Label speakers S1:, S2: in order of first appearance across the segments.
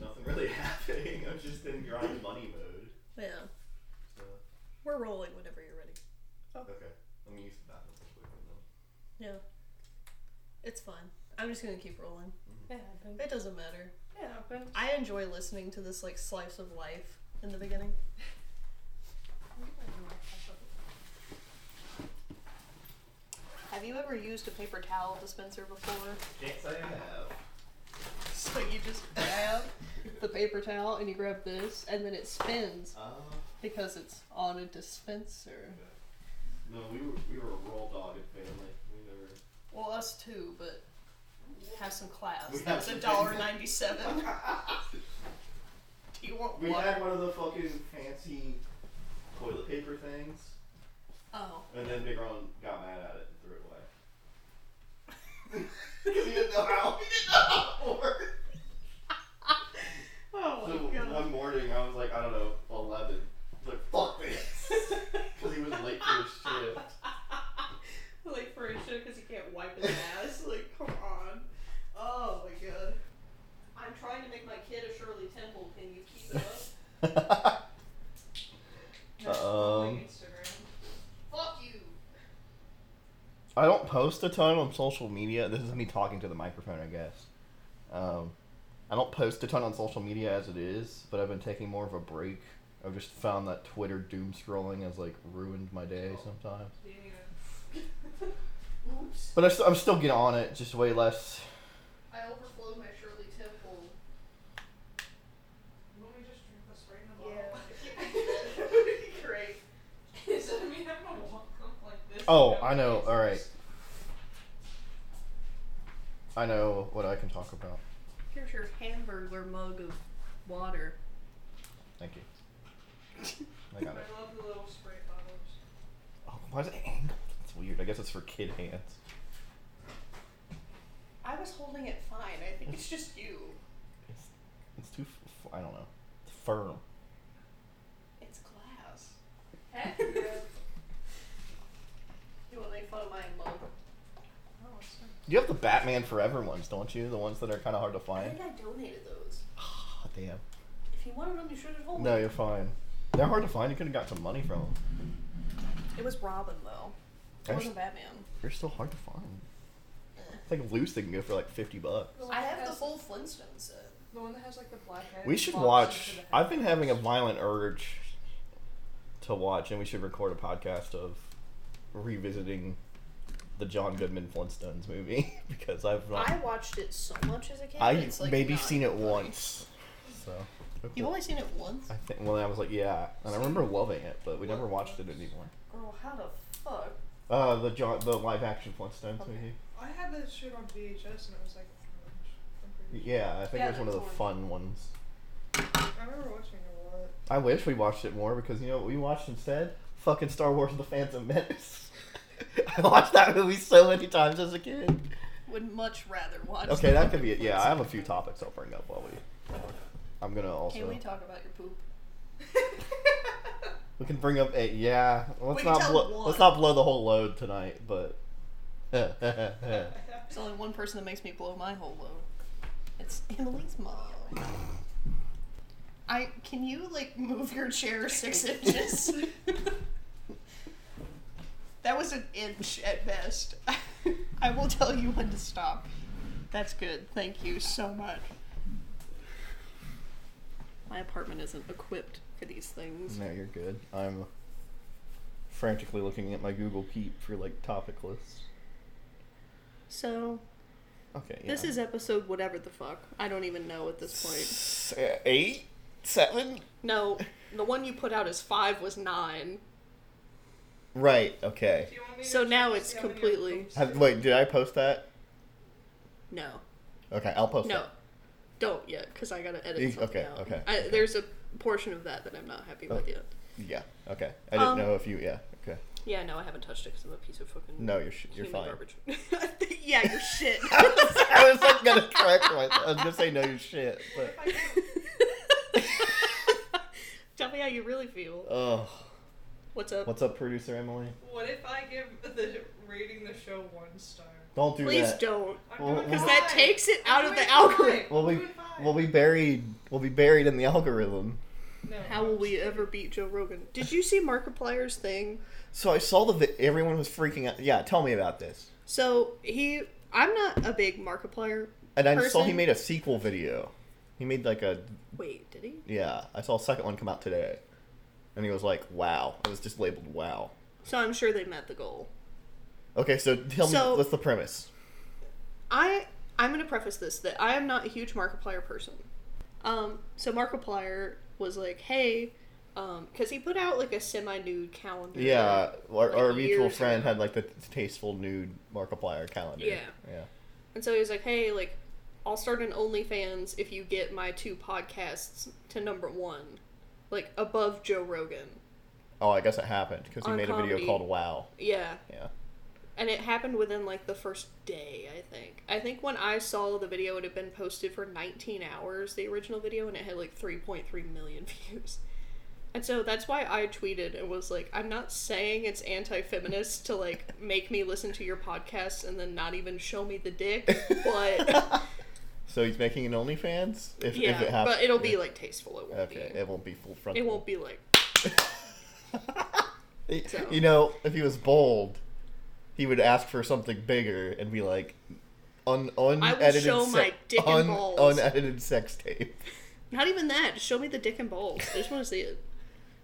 S1: wasn't really happening. I was just in grind money mode.
S2: Yeah.
S1: So,
S2: We're rolling whenever you're ready.
S1: okay. I'm gonna use the bathroom real quick and then-
S2: Yeah. It's fine. I'm just gonna keep rolling.
S3: It happened.
S2: It doesn't matter.
S3: It happened.
S2: I enjoy listening to this like slice of life in the beginning. Have you ever used a paper towel dispenser before?
S1: Yes, I have.
S2: So you just grab the paper towel and you grab this and then it spins
S1: Uh,
S2: because it's on a dispenser.
S1: okay. No, we were we were a raw dogged family. We never.
S2: Well, us too, but have some class.
S1: We have
S2: That's a
S1: some-
S2: dollar ninety-seven. Do you want
S1: We
S2: water?
S1: had one of the fucking fancy toilet paper things,
S2: Oh,
S1: and then Big Ron got mad at it and threw it away. Because he didn't know how. He didn't know how it worked.
S2: oh
S1: So
S2: my god.
S1: one morning, I was like, I don't know, 11. I was like, fuck this. Because he was late for his shift.
S2: like for because he can't wipe his ass. Like, come on. Oh my god. I'm trying to make my kid a Shirley Temple. Can you keep it up?
S1: Um,
S2: Fuck you.
S1: I don't post a ton on social media. This is me talking to the microphone, I guess. Um, I don't post a ton on social media as it is, but I've been taking more of a break. I've just found that Twitter doom scrolling has like ruined my day sometimes.
S2: Oops.
S1: But I st- I'm still getting on it, just way less.
S2: I overflowed my Shirley Temple. that would be great.
S1: Oh, I know. All right. I know what I can talk about.
S2: Here's your hamburger mug of water.
S1: Thank you. I got it.
S3: I love the little spray bottles.
S1: Oh, why is it angled? That's weird. I guess it's for kid hands.
S2: I was holding it fine. I think it's just you.
S1: It's, it's too. F- f- I don't know. It's firm.
S2: It's glass.
S3: Heck yeah.
S2: You want to make fun of my mug?
S3: Oh, it's so-
S1: You have the Batman Forever ones, don't you? The ones that are kind of hard to
S2: I
S1: find.
S2: think I donated those. Oh,
S1: Ah, damn.
S2: If you wanted them, you should have told
S1: No,
S2: me.
S1: you're fine. They're hard to find. You could have got some money from them.
S2: It was Robin though. It
S1: They're,
S2: wasn't
S1: s-
S2: Batman.
S1: they're still hard to find. It's like loose. They can go for like fifty bucks.
S3: The one
S2: I
S3: that
S2: have the
S3: has-
S2: full Flintstones set.
S3: The one that has like the black head.
S1: We should
S3: box
S1: watch.
S3: into the
S1: I've been
S3: head.
S1: having a violent urge to watch, and we should record a podcast of revisiting the John Goodman Flintstones movie because I've not.
S2: I watched it so much as a kid.
S1: I
S2: it's, like,
S1: maybe
S2: not
S1: seen it
S2: funny.
S1: once. So
S2: You've only seen it once?
S1: I think well, I was like, yeah, and I remember loving it, but we never watched it anymore.
S2: Girl, how the fuck?
S1: Uh, the John, the live action Flintstones
S2: Okay.
S1: movie.
S3: I had that shit on VHS and it was like orange. I'm pretty sure.
S1: Yeah, I think
S2: Yeah,
S1: it was one of the
S2: that's the
S1: fun ones.
S3: I remember watching it a lot.
S1: I wish we watched it more because you know what we watched instead? Fucking Star Wars: The Phantom Menace. I watched that movie so many times as a kid.
S2: Would much rather watch
S1: Okay,
S2: the
S1: that could be
S2: fucking
S1: it. Yeah, I have a few
S2: Flintstones.
S1: topics I'll bring up while we. I'm gonna also.
S2: Can we talk about your poop?
S1: We can bring up a yeah. Let's
S2: We can
S1: not
S2: tell
S1: blow,
S2: one.
S1: let's not blow the whole load tonight, but I
S2: There's only one person that makes me blow my whole load. It's Annalise mom. I can you like move your chair six inches? that was an inch at best. I will tell you when to stop. That's good. Thank you so much. My apartment isn't equipped for these things.
S1: No, you're good. I'm frantically looking at my Google Keep for like topic lists.
S2: So
S1: Okay.
S2: this
S1: yeah.
S2: is episode whatever the fuck. I don't even know at this point.
S1: S- uh, eight, seven.
S2: No, the one you put out as five was nine.
S1: Right. Okay.
S3: Do you want me
S2: So
S3: to
S2: now
S3: check to
S2: it's
S3: see how many I've
S2: completely-
S3: posted?
S1: Have, wait, did I post that?
S2: No,
S1: Okay, I'll post
S2: no,
S1: that.
S2: don't yet because I gotta
S1: You-
S2: edit something
S1: okay,
S2: out.
S1: okay,
S2: I,
S1: okay.
S2: There's a portion of that that I'm not happy
S1: Oh.
S2: with yet.
S1: Yeah. Okay. I didn't
S2: Um,
S1: know if you. Yeah. Okay.
S2: Yeah, no, I haven't touched it because I'm a piece of fucking
S1: No, you're sh- you're
S2: human
S1: fine.
S2: garbage. yeah, you're shit.
S1: I was, I was like gonna correct myself. I was gonna say no, you shit, but
S2: Tell me how you really feel.
S1: oh,
S2: What's up?
S1: what's up, producer Emily?
S3: What if I give the rating the show one star.
S1: Don't do
S2: Please
S1: that.
S2: don't.
S3: I'm
S1: Well,
S3: doing
S1: well-
S2: Because that
S3: fine.
S2: takes it
S3: I'm
S2: out of
S3: doing
S2: the algorithm.
S3: fine.
S1: We'll
S3: I'm
S1: be-
S3: doing fine.
S1: We'll be buried. We'll be buried in the algorithm.
S3: No,
S2: How will we ever beat Joe Rogan? Did you see Markiplier's thing?
S1: So I saw the vi- everyone was freaking out. Yeah, tell me about this.
S2: So he, I'm not a big Markiplier.
S1: And I saw he
S2: Person?
S1: made a sequel video. He made like a
S2: Wait, did he?
S1: yeah. I saw a second one come out today, and he was like, "Wow." It was just labeled "Wow."
S2: So I'm sure they met the goal.
S1: Okay, so tell
S2: So-
S1: me what's the premise.
S2: I I'm gonna preface this that I am not a huge Markiplier person. Um, so Markiplier was like, hey, um, because he put out like a semi-nude calendar.
S1: Yeah, our,
S2: like,
S1: our mutual
S2: years
S1: friend
S2: ago.
S1: had like the tasteful nude Markiplier calendar.
S2: Yeah.
S1: yeah.
S2: And so he was like, hey, like, I'll start an OnlyFans if you get my two podcasts to number one, like above Joe Rogan.
S1: Oh, I guess it happened because he
S2: On
S1: made a video
S2: comedy.
S1: called "Wow."
S2: Yeah.
S1: Yeah.
S2: And it happened within like the first day, I think. I think when I saw the video, it had been posted for 19 hours, the original video, and it had like 3.3 million views. And so that's why I tweeted and was like, I'm not saying it's anti feminist to like make me listen to your podcast and then not even show me the dick, but
S1: so he's making an OnlyFans if,
S2: yeah,
S1: if it happens.
S2: but it'll be like tasteful. It won't
S1: okay,
S2: be.
S1: it won't be full frontal.
S2: It won't be like,
S1: Y-
S2: So-
S1: You know, if he was bold, he would ask for something bigger and be like, un unedited
S2: show my dick and
S1: un-
S2: balls.
S1: unedited sex tape.
S2: not even that. Just show me the dick and balls. I just want to see it.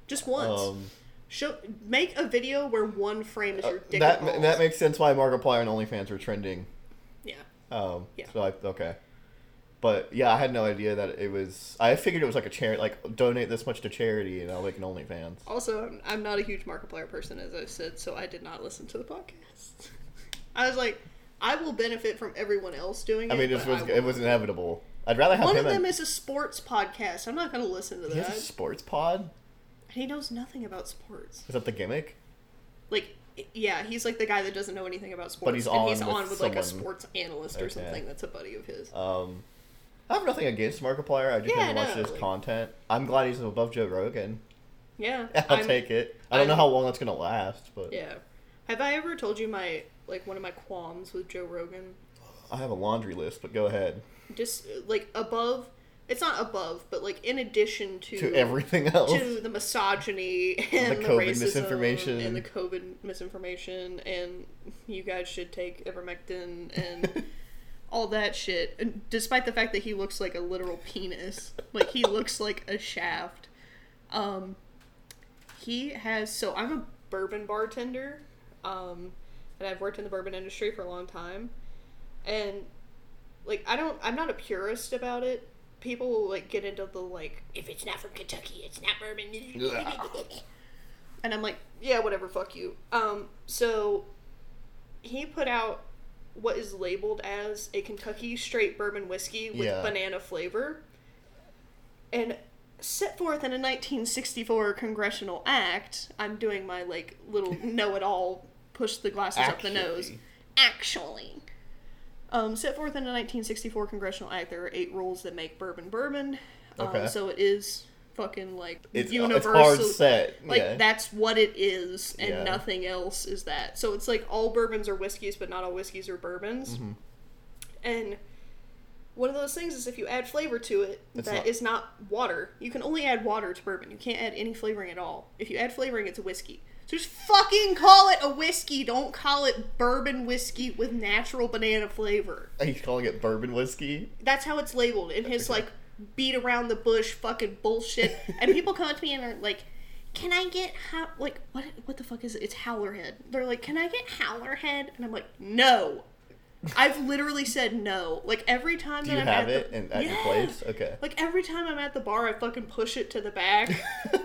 S2: Just once.
S1: Um,
S2: Show make a video where one frame is your dick.
S1: Uh, that
S2: and balls.
S1: that makes sense why Markiplier and OnlyFans were trending.
S2: yeah.
S1: Um,
S2: Yeah.
S1: So I okay, but yeah, I had no idea that it was. I figured it was like a charity, like donate this much to charity and I'll make an OnlyFans.
S2: Also, I'm- I'm not a huge Markiplier person, as I said, so I did not listen to the podcast. I was like, I will benefit from everyone else doing it.
S1: I mean, it
S2: but
S1: was
S2: I
S1: it
S2: won't.
S1: was inevitable. I'd rather have
S2: One
S1: him.
S2: of them
S1: and-
S2: is a sports podcast. I'm not going to listen to
S1: he has
S2: that.
S1: a sports pod.
S2: He knows nothing about sports.
S1: Is that the gimmick?
S2: Like, i- yeah, he's like the guy that doesn't know anything about sports,
S1: he's
S2: and he's
S1: on
S2: on
S1: with
S2: with, like a
S1: someone.
S2: sports analyst or
S1: Okay.
S2: something that's a buddy of his.
S1: Um, I have nothing against Markiplier. I just
S2: Yeah,
S1: haven't watched
S2: no,
S1: his
S2: like-
S1: content. I'm glad he's above Joe Rogan.
S2: Yeah,
S1: I'll
S2: I'm-
S1: take it. I don't know
S2: I'm-
S1: how long that's gonna last, but
S2: Yeah, have I ever told you my like one of my qualms with Joe Rogan?
S1: I have a laundry list. But go ahead
S2: just uh, like above it's not above but like in addition to
S1: to everything else.
S2: to the misogyny and the,
S1: COVID
S2: racism
S1: misinformation.
S2: and the covid misinformation and you guys should take ivermectin and all that shit and despite the fact that he looks like a literal penis like he looks like a shaft um he has so i'm a bourbon bartender um and i've worked in the bourbon industry for a long time and like i don't i'm not a purist about it people will like get into the like if it's not from kentucky it's not bourbon and i'm like yeah whatever fuck you um so he put out what is labeled as a kentucky straight bourbon whiskey with
S1: Yeah.
S2: banana flavor and set forth in a 1964 congressional act i'm doing my like little know-it-all push the glasses up the nose
S1: Actually.
S2: actually um, set forth in a 1964 congressional act there are eight rules that make bourbon bourbon um,
S1: Okay.
S2: so it is fucking like
S1: it's, uh, it's
S2: universal
S1: hard set.
S2: like
S1: yeah.
S2: that's what it is and
S1: Yeah.
S2: nothing else is that so it's like all bourbons are whiskeys but not all whiskeys are bourbons
S1: Mhm.
S2: and one of those things is if you add flavor to it that
S1: It's
S2: is
S1: not-
S2: not... water you can only add water to bourbon you can't add any flavoring at all if you add flavoring it's a whiskey so just fucking call it a whiskey don't call it bourbon whiskey with natural banana flavor
S1: He's calling it bourbon whiskey.
S2: that's how it's labeled in his
S1: Okay.
S2: like beat around the bush fucking bullshit. and people come up to me and are like, "Can I get how like what what the fuck is it? It's Howlerhead." They're like, "Can I get Howlerhead?" And I'm like, "No." I've literally said no. Like every time
S1: Do
S2: that
S1: you
S2: I'm
S1: have
S2: at
S1: it
S2: the,
S1: in, at your
S2: Yeah.
S1: place? Okay.
S2: Like every time I'm at the bar, I fucking push it to the back.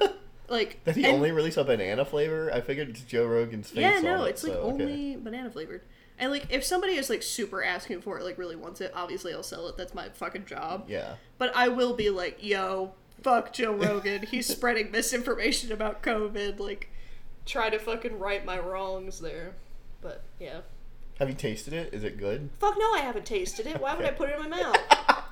S2: Like
S1: Did he
S2: and-
S1: only release a banana flavor? I figured it's Joe Rogan's face.
S2: yeah, no,
S1: on it,
S2: it's like
S1: so, okay.
S2: only banana flavored. And like if somebody is like super asking for it, like really wants it, obviously I'll sell it. That's my fucking job.
S1: Yeah.
S2: But I will be like, yo, fuck Joe Rogan. He's spreading misinformation about COVID. Like, try to fucking right my wrongs there. But yeah.
S1: Have you tasted it? Is it good?
S2: Fuck no, I haven't tasted it. Why would I
S1: Okay.
S2: put it in my mouth?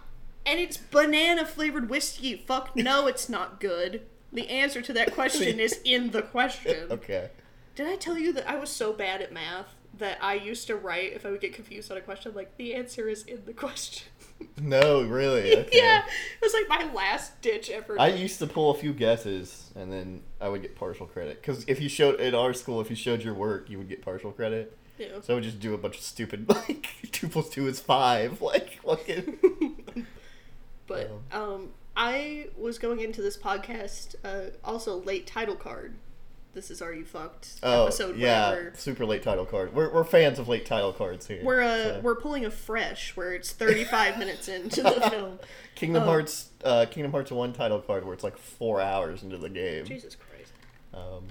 S2: And it's banana flavored whiskey. Fuck no, it's not good. The answer to that question is in the question.
S1: okay.
S2: Did I tell you that I was so bad at math that I used to write if I would get confused on a question, like the answer is in the question.
S1: No, really. Okay.
S2: yeah, it was like my last ditch effort.
S1: I used to pull a few guesses, and then I would get partial credit. Because if you showed at our school, if you showed your work, you would get partial credit.
S2: Yeah.
S1: So I would just do a bunch of stupid like two plus two is five, like fucking.
S2: but
S1: Uh-huh.
S2: um, I was going into this podcast uh, also late title card. This is Are You Fucked?
S1: Oh
S2: episode
S1: yeah,
S2: whatever.
S1: super late title card. We're, we're fans of late title cards here.
S2: We're uh,
S1: so.
S2: we're pulling a fresh where it's 35 minutes into the film.
S1: Kingdom
S2: oh.
S1: Hearts uh, Kingdom Hearts one title card where it's like four hours into the game.
S2: Jesus Christ.
S1: Um,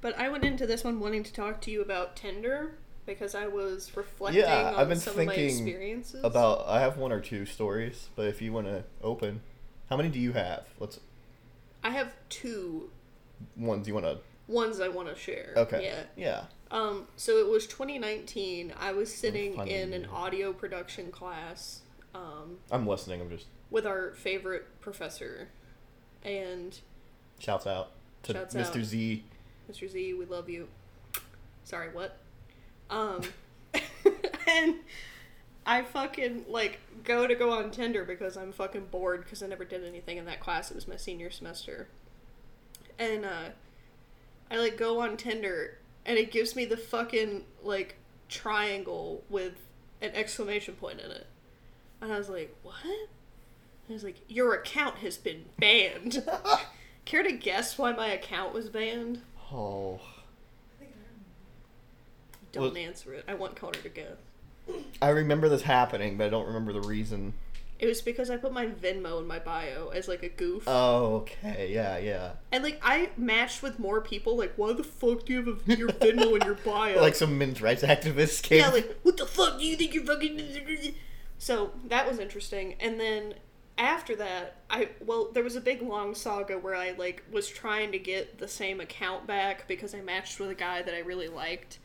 S2: But I went into this one wanting to talk to you about Tinder because I was reflecting
S1: Yeah,
S2: on
S1: I've been
S2: some of my
S1: thinking
S2: experiences.
S1: about I have one or two stories, but if you want to open, how many do you have? Let's
S2: I have two
S1: ones you want to.
S2: ones I want to share.
S1: Okay.
S2: Yeah.
S1: Yeah.
S2: Um, so it was 2019. I was sitting
S1: funny.
S2: in an audio production class um,
S1: I'm listening. I'm just
S2: with our favorite professor. And
S1: shouts out to
S2: Shouts
S1: Mr.
S2: out.
S1: Z.
S2: Mr. Z, we love you. Sorry, what? Um, and I fucking like go to go on Tinder because I'm fucking bored because I never did anything in that class. It was my senior semester, and uh, I like go on Tinder and it gives me the fucking like triangle with an exclamation point in it, and I was like, what? And I was like, your account has been banned. Care to guess why my account was banned?
S1: Oh,
S3: I think I remember.
S2: Don't
S1: Well-
S2: answer it. I want Connor to go.
S1: I remember this happening, but I don't remember the reason.
S2: It was because I put my Venmo in my bio as like a goof.
S1: Oh, okay. Yeah, yeah.
S2: and like I matched with more people. Like, why the fuck do you have a, your Venmo in your bio?
S1: Like some men's rights activists came.
S2: yeah, like what the fuck do you think you're fucking? So that was interesting. And then after that, I well, there was a big long saga where I like was trying to get the same account back because I matched with a guy that I really liked.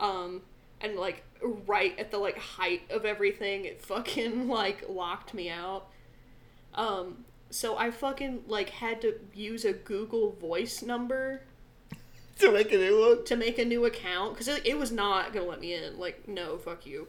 S2: Um, and like right at the like height of everything, it fucking like locked me out. Um, so I fucking like had to use a Google Voice number
S1: to make a new one.
S2: to make a new account because it, it was not gonna let me in. Like, no, fuck you.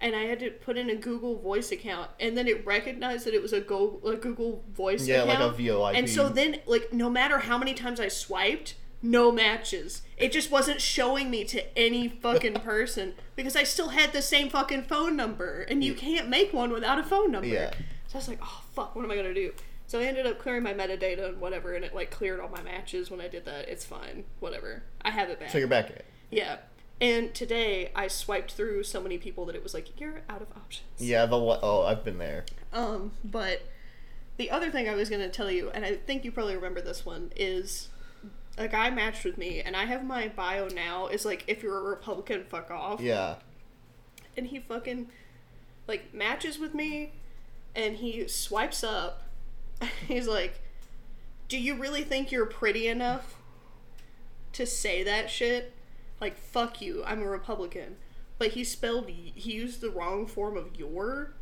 S2: And I had to put in a Google Voice account, and then it recognized that it was a, go- a Google Voice
S1: Yeah, like
S2: account.
S1: a VoIP.
S2: And so then, like, no matter how many times I swiped, no matches. It just wasn't showing me to any fucking person because I still had the same fucking phone number, and you can't make one without a phone number.
S1: Yeah.
S2: So I was like, oh fuck, what am I gonna do? So I ended up clearing my metadata and whatever, and it like cleared all my matches when I did that. It's fine, whatever. I have it back.
S1: So you're back at it.
S2: Yeah. And today I swiped through so many people that it was like, you're out of options.
S1: Yeah, the wa- oh, I've been there.
S2: Um, but the other thing I was going to tell you, and I think you probably remember this one, is a guy matched with me, and I have my bio now is like, if you're a Republican, fuck off.
S1: Yeah.
S2: And he fucking, like, matches with me, and he swipes up. He's like, do you really think you're pretty enough to say that shit? Like, fuck you, I'm a Republican. But he spelled, he used the wrong form of your.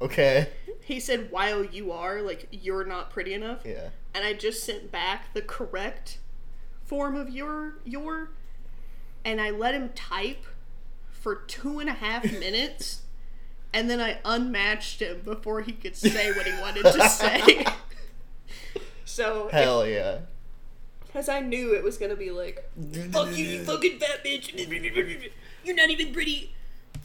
S1: Okay.
S2: He said, while you are, like, you're not pretty enough.
S1: Yeah.
S2: And I just sent back the correct form of your, your. And I let him type for two and a half minutes. And then I unmatched him before he could say what he wanted to say. so,
S1: Hell yeah.
S2: because I knew it was going to be like, fuck you, you fucking fat bitch. You're not even pretty.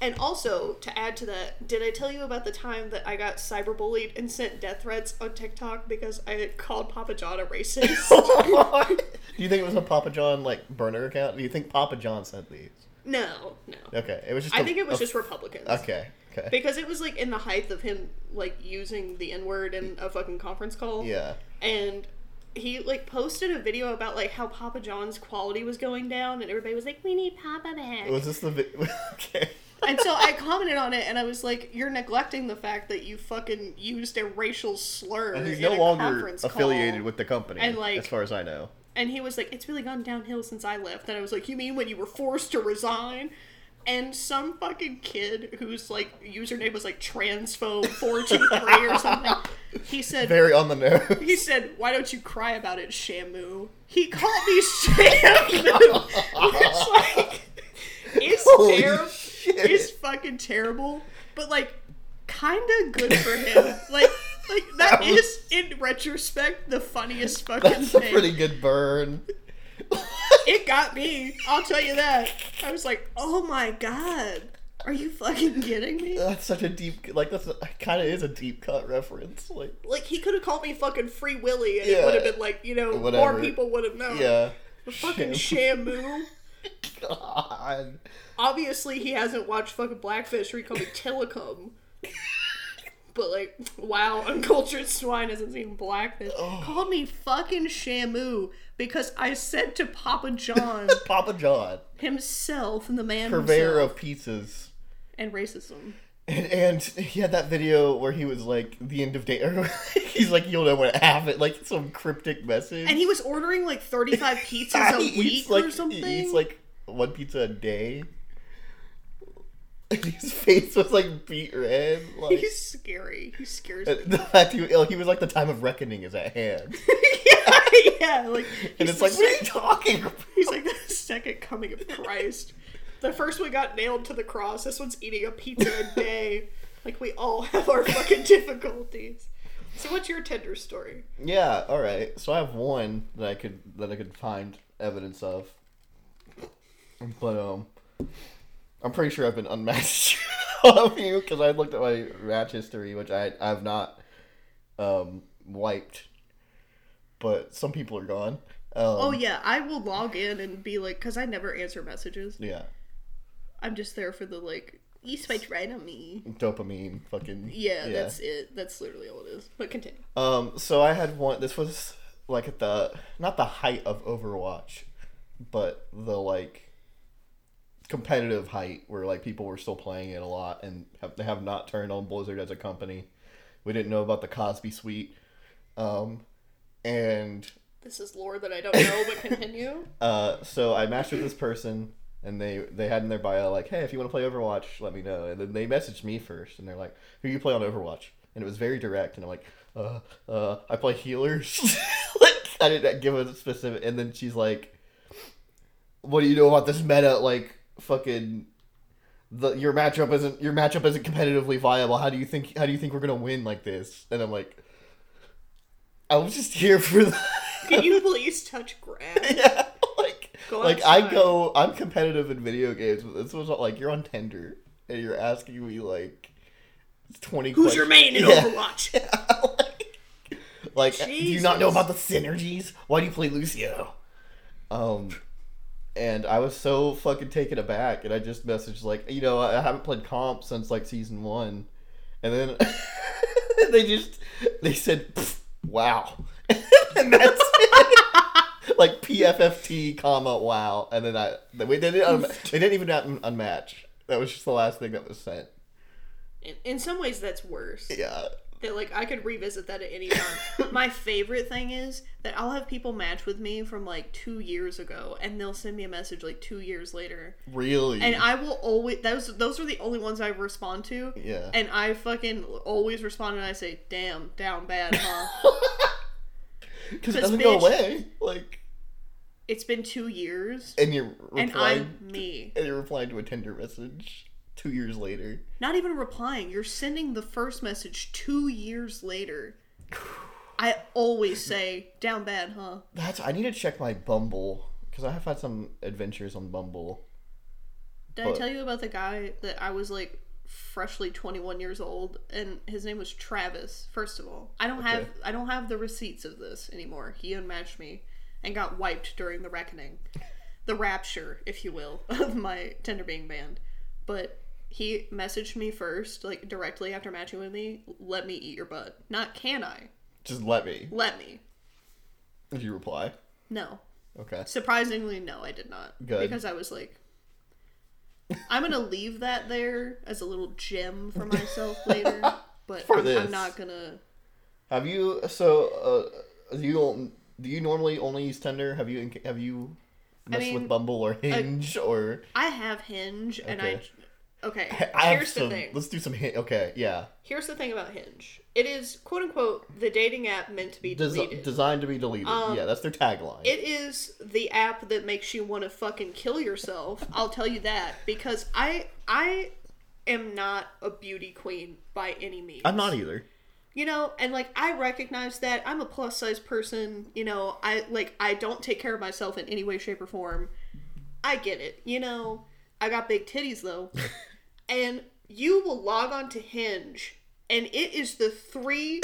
S2: And also, to add to that, did I tell you about the time that I got cyberbullied and sent death threats on TikTok because I called Papa John a racist?
S1: Do you think it was a Papa John like burner account? Do you think Papa John sent these?
S2: no, no.
S1: Okay, it was just.
S2: I
S1: a-
S2: think it was
S1: a-
S2: just Republicans.
S1: Okay. Okay.
S2: Because it was like in the height of him like using the N word in a fucking conference call.
S1: Yeah.
S2: and he like posted a video about like how Papa John's quality was going down, and everybody was like, "We need Papa back."
S1: Was this the vi- okay?
S2: and so I commented on it, and I was like, "You're neglecting the fact that you fucking used a racial slur."
S1: And he's
S2: in
S1: no
S2: a
S1: longer
S2: conference call."
S1: affiliated with the company,
S2: And, like-
S1: as far as I know.
S2: And he was like, "It's really gone downhill since I left." And I was like, "You mean when you were forced to resign?" And some fucking kid whose like username was like transphobe four two three or something He said,
S1: Very on the nose.
S2: He said, "Why don't you cry about it, Shamu?" He called me Shamu. it's like it's
S1: Holy
S2: terrible.
S1: shit.
S2: It's fucking terrible, but like kind of good for him. like like that
S1: That
S2: is
S1: was-
S2: in retrospect the funniest fucking
S1: That's a
S2: thing.
S1: pretty good burn.
S2: It got me. I'll tell you that. I was like, "Oh my god. Are you fucking kidding me?"
S1: That's such a deep, like that's kind of is a deep cut reference. Like,
S2: Like he could have called me fucking Free Willy, and it
S1: Yeah.
S2: would have been like, you know, more
S1: Whatever.
S2: people would have known.
S1: yeah,
S2: But fucking
S1: Shit.
S2: Shamu.
S1: God,
S2: Obviously, he hasn't watched fucking Blackfish or he called me Telecom. but like, wow, uncultured swine hasn't seen Blackfish.
S1: Oh.
S2: Called me fucking Shamu because I said to Papa John
S1: Papa John,
S2: himself and the man
S1: purveyor
S2: himself,
S1: of pizzas.
S2: and racism.
S1: And, and he had that video where he was like, the end of day. Or he's like, you'll know when it happened. Like some cryptic message.
S2: And he was ordering like thirty-five pizzas
S1: Yeah,
S2: a
S1: he
S2: week
S1: eats, like,
S2: or something.
S1: He eats like one pizza a day. His face was like beat red. Like
S2: He's scary. He scares me.
S1: the fact he, he was like, the time of reckoning is at hand.
S2: yeah, yeah, like
S1: And it's
S2: he's
S1: like,
S2: the
S1: what are you talking about?
S2: He's like the second coming of Christ. The first one got nailed to the cross. This one's eating a pizza a day. Like we all have our fucking difficulties. So what's your Tinder story?
S1: Yeah, all right. So I have one that I could that I could find evidence of, but um, I'm pretty sure I've been unmatched all of you because I looked at my match history, which I I've not um wiped, but some people are gone. Um,
S2: Oh yeah, I will log in and be like, because I never answer messages.
S1: yeah,
S2: I'm just there for the like, you swiped right on me.
S1: dopamine, fucking
S2: Yeah, that's it. That's literally all it is. But continue.
S1: Um, so I had one. This was like at the not the height of Overwatch, but the like competitive height where like people were still playing it a lot and have they have not turned on Blizzard as a company. We didn't know about the Cosby Suite, um, and
S2: This is lore that I don't know, but continue.
S1: uh, so I matched with this person, and they they had in their bio like, "Hey, if you want to play Overwatch, let me know." And then they messaged me first, and they're like, "Who you play on Overwatch?" And it was very direct, and I'm like, "Uh, uh, I play healers." like I didn't give a specific. And then she's like, "What do you know about this meta? Like, fucking." The, your matchup isn't your matchup isn't competitively viable. How do you think how do you think we're gonna win like this? And I'm like, I was just here for the
S2: Can you please touch grass?
S1: yeah, like
S2: Go
S1: like I
S2: outside.
S1: go, I'm competitive in video games, but this was like you're on Tinder and you're asking me like it's twenty.
S2: Who's your main
S1: questions.
S2: in
S1: Yeah.
S2: Overwatch?
S1: Like, do you not know
S2: Jesus.
S1: about the synergies? Why do you play Lucio? Um, and I was so fucking taken aback, and I just messaged like, you know, I I haven't played comp since like season one, and then they just they said, "Pfft, wow, and that's it. like PFFT comma wow, and then I they, they didn't un- they didn't even un- unmatch. That was just the last thing that was sent.
S2: In, in some ways, that's worse.
S1: Yeah.
S2: that like I could revisit that at any time. My favorite thing is that I'll have people match with me from like two years ago, and they'll send me a message like two years later,
S1: Really?
S2: and uh, I will always those those are the only ones I respond to,
S1: yeah.
S2: and I fucking always respond and I say, "Damn, down bad, huh?"
S1: Because it
S2: this
S1: doesn't go
S2: bitch-
S1: away. Like,
S2: it's been two years,
S1: and you're
S2: and
S1: replying,
S2: I'm me.
S1: and you're replying to a Tinder message two years later.
S2: Not even replying. You're sending the first message two years later. I always say, "Down bad, huh?"
S1: That's I need to check my Bumble because I have had some adventures on Bumble.
S2: Did I
S1: But-
S2: tell you about the guy that I was like freshly 21 years old and his name was Travis first of all. I don't have I don't have the receipts of this anymore. He unmatched me and got wiped during the reckoning. The rapture, if you will, of my Tinder being banned. But he messaged me first, like directly after matching with me, let me eat your butt. Not can I.
S1: Just let me
S2: Let me.
S1: if you reply.
S2: No.
S1: Okay.
S2: Surprisingly, no, I did not.
S1: Good.
S2: Because I was like, I'm gonna leave that there as a little gem for myself later. But
S1: For
S2: I'm, I'm
S1: this.
S2: not gonna.
S1: Have you so uh, do you on- do you normally only use Tinder? Have you have you messed
S2: mean, uh,
S1: with Bumble or Hinge or
S2: I have Hinge, and I
S1: Okay.
S2: Okay.
S1: I have
S2: Here's
S1: some-
S2: the thing.
S1: Let's do some hint. Okay, yeah.
S2: Here's the thing about Hinge. It is quote unquote the dating app meant to be
S1: Desi-
S2: deleted.
S1: designed to be deleted.
S2: Um,
S1: yeah, that's their tagline.
S2: It is the app that makes you want to fucking kill yourself. I'll tell you that because I I am not a beauty queen by any means.
S1: I'm not either.
S2: You know, and like I recognize that I'm a plus size person. You know, I like I don't take care of myself in any way, shape, or form. I get it. You know, I got big titties though, and you will log on to Hinge. And it is the three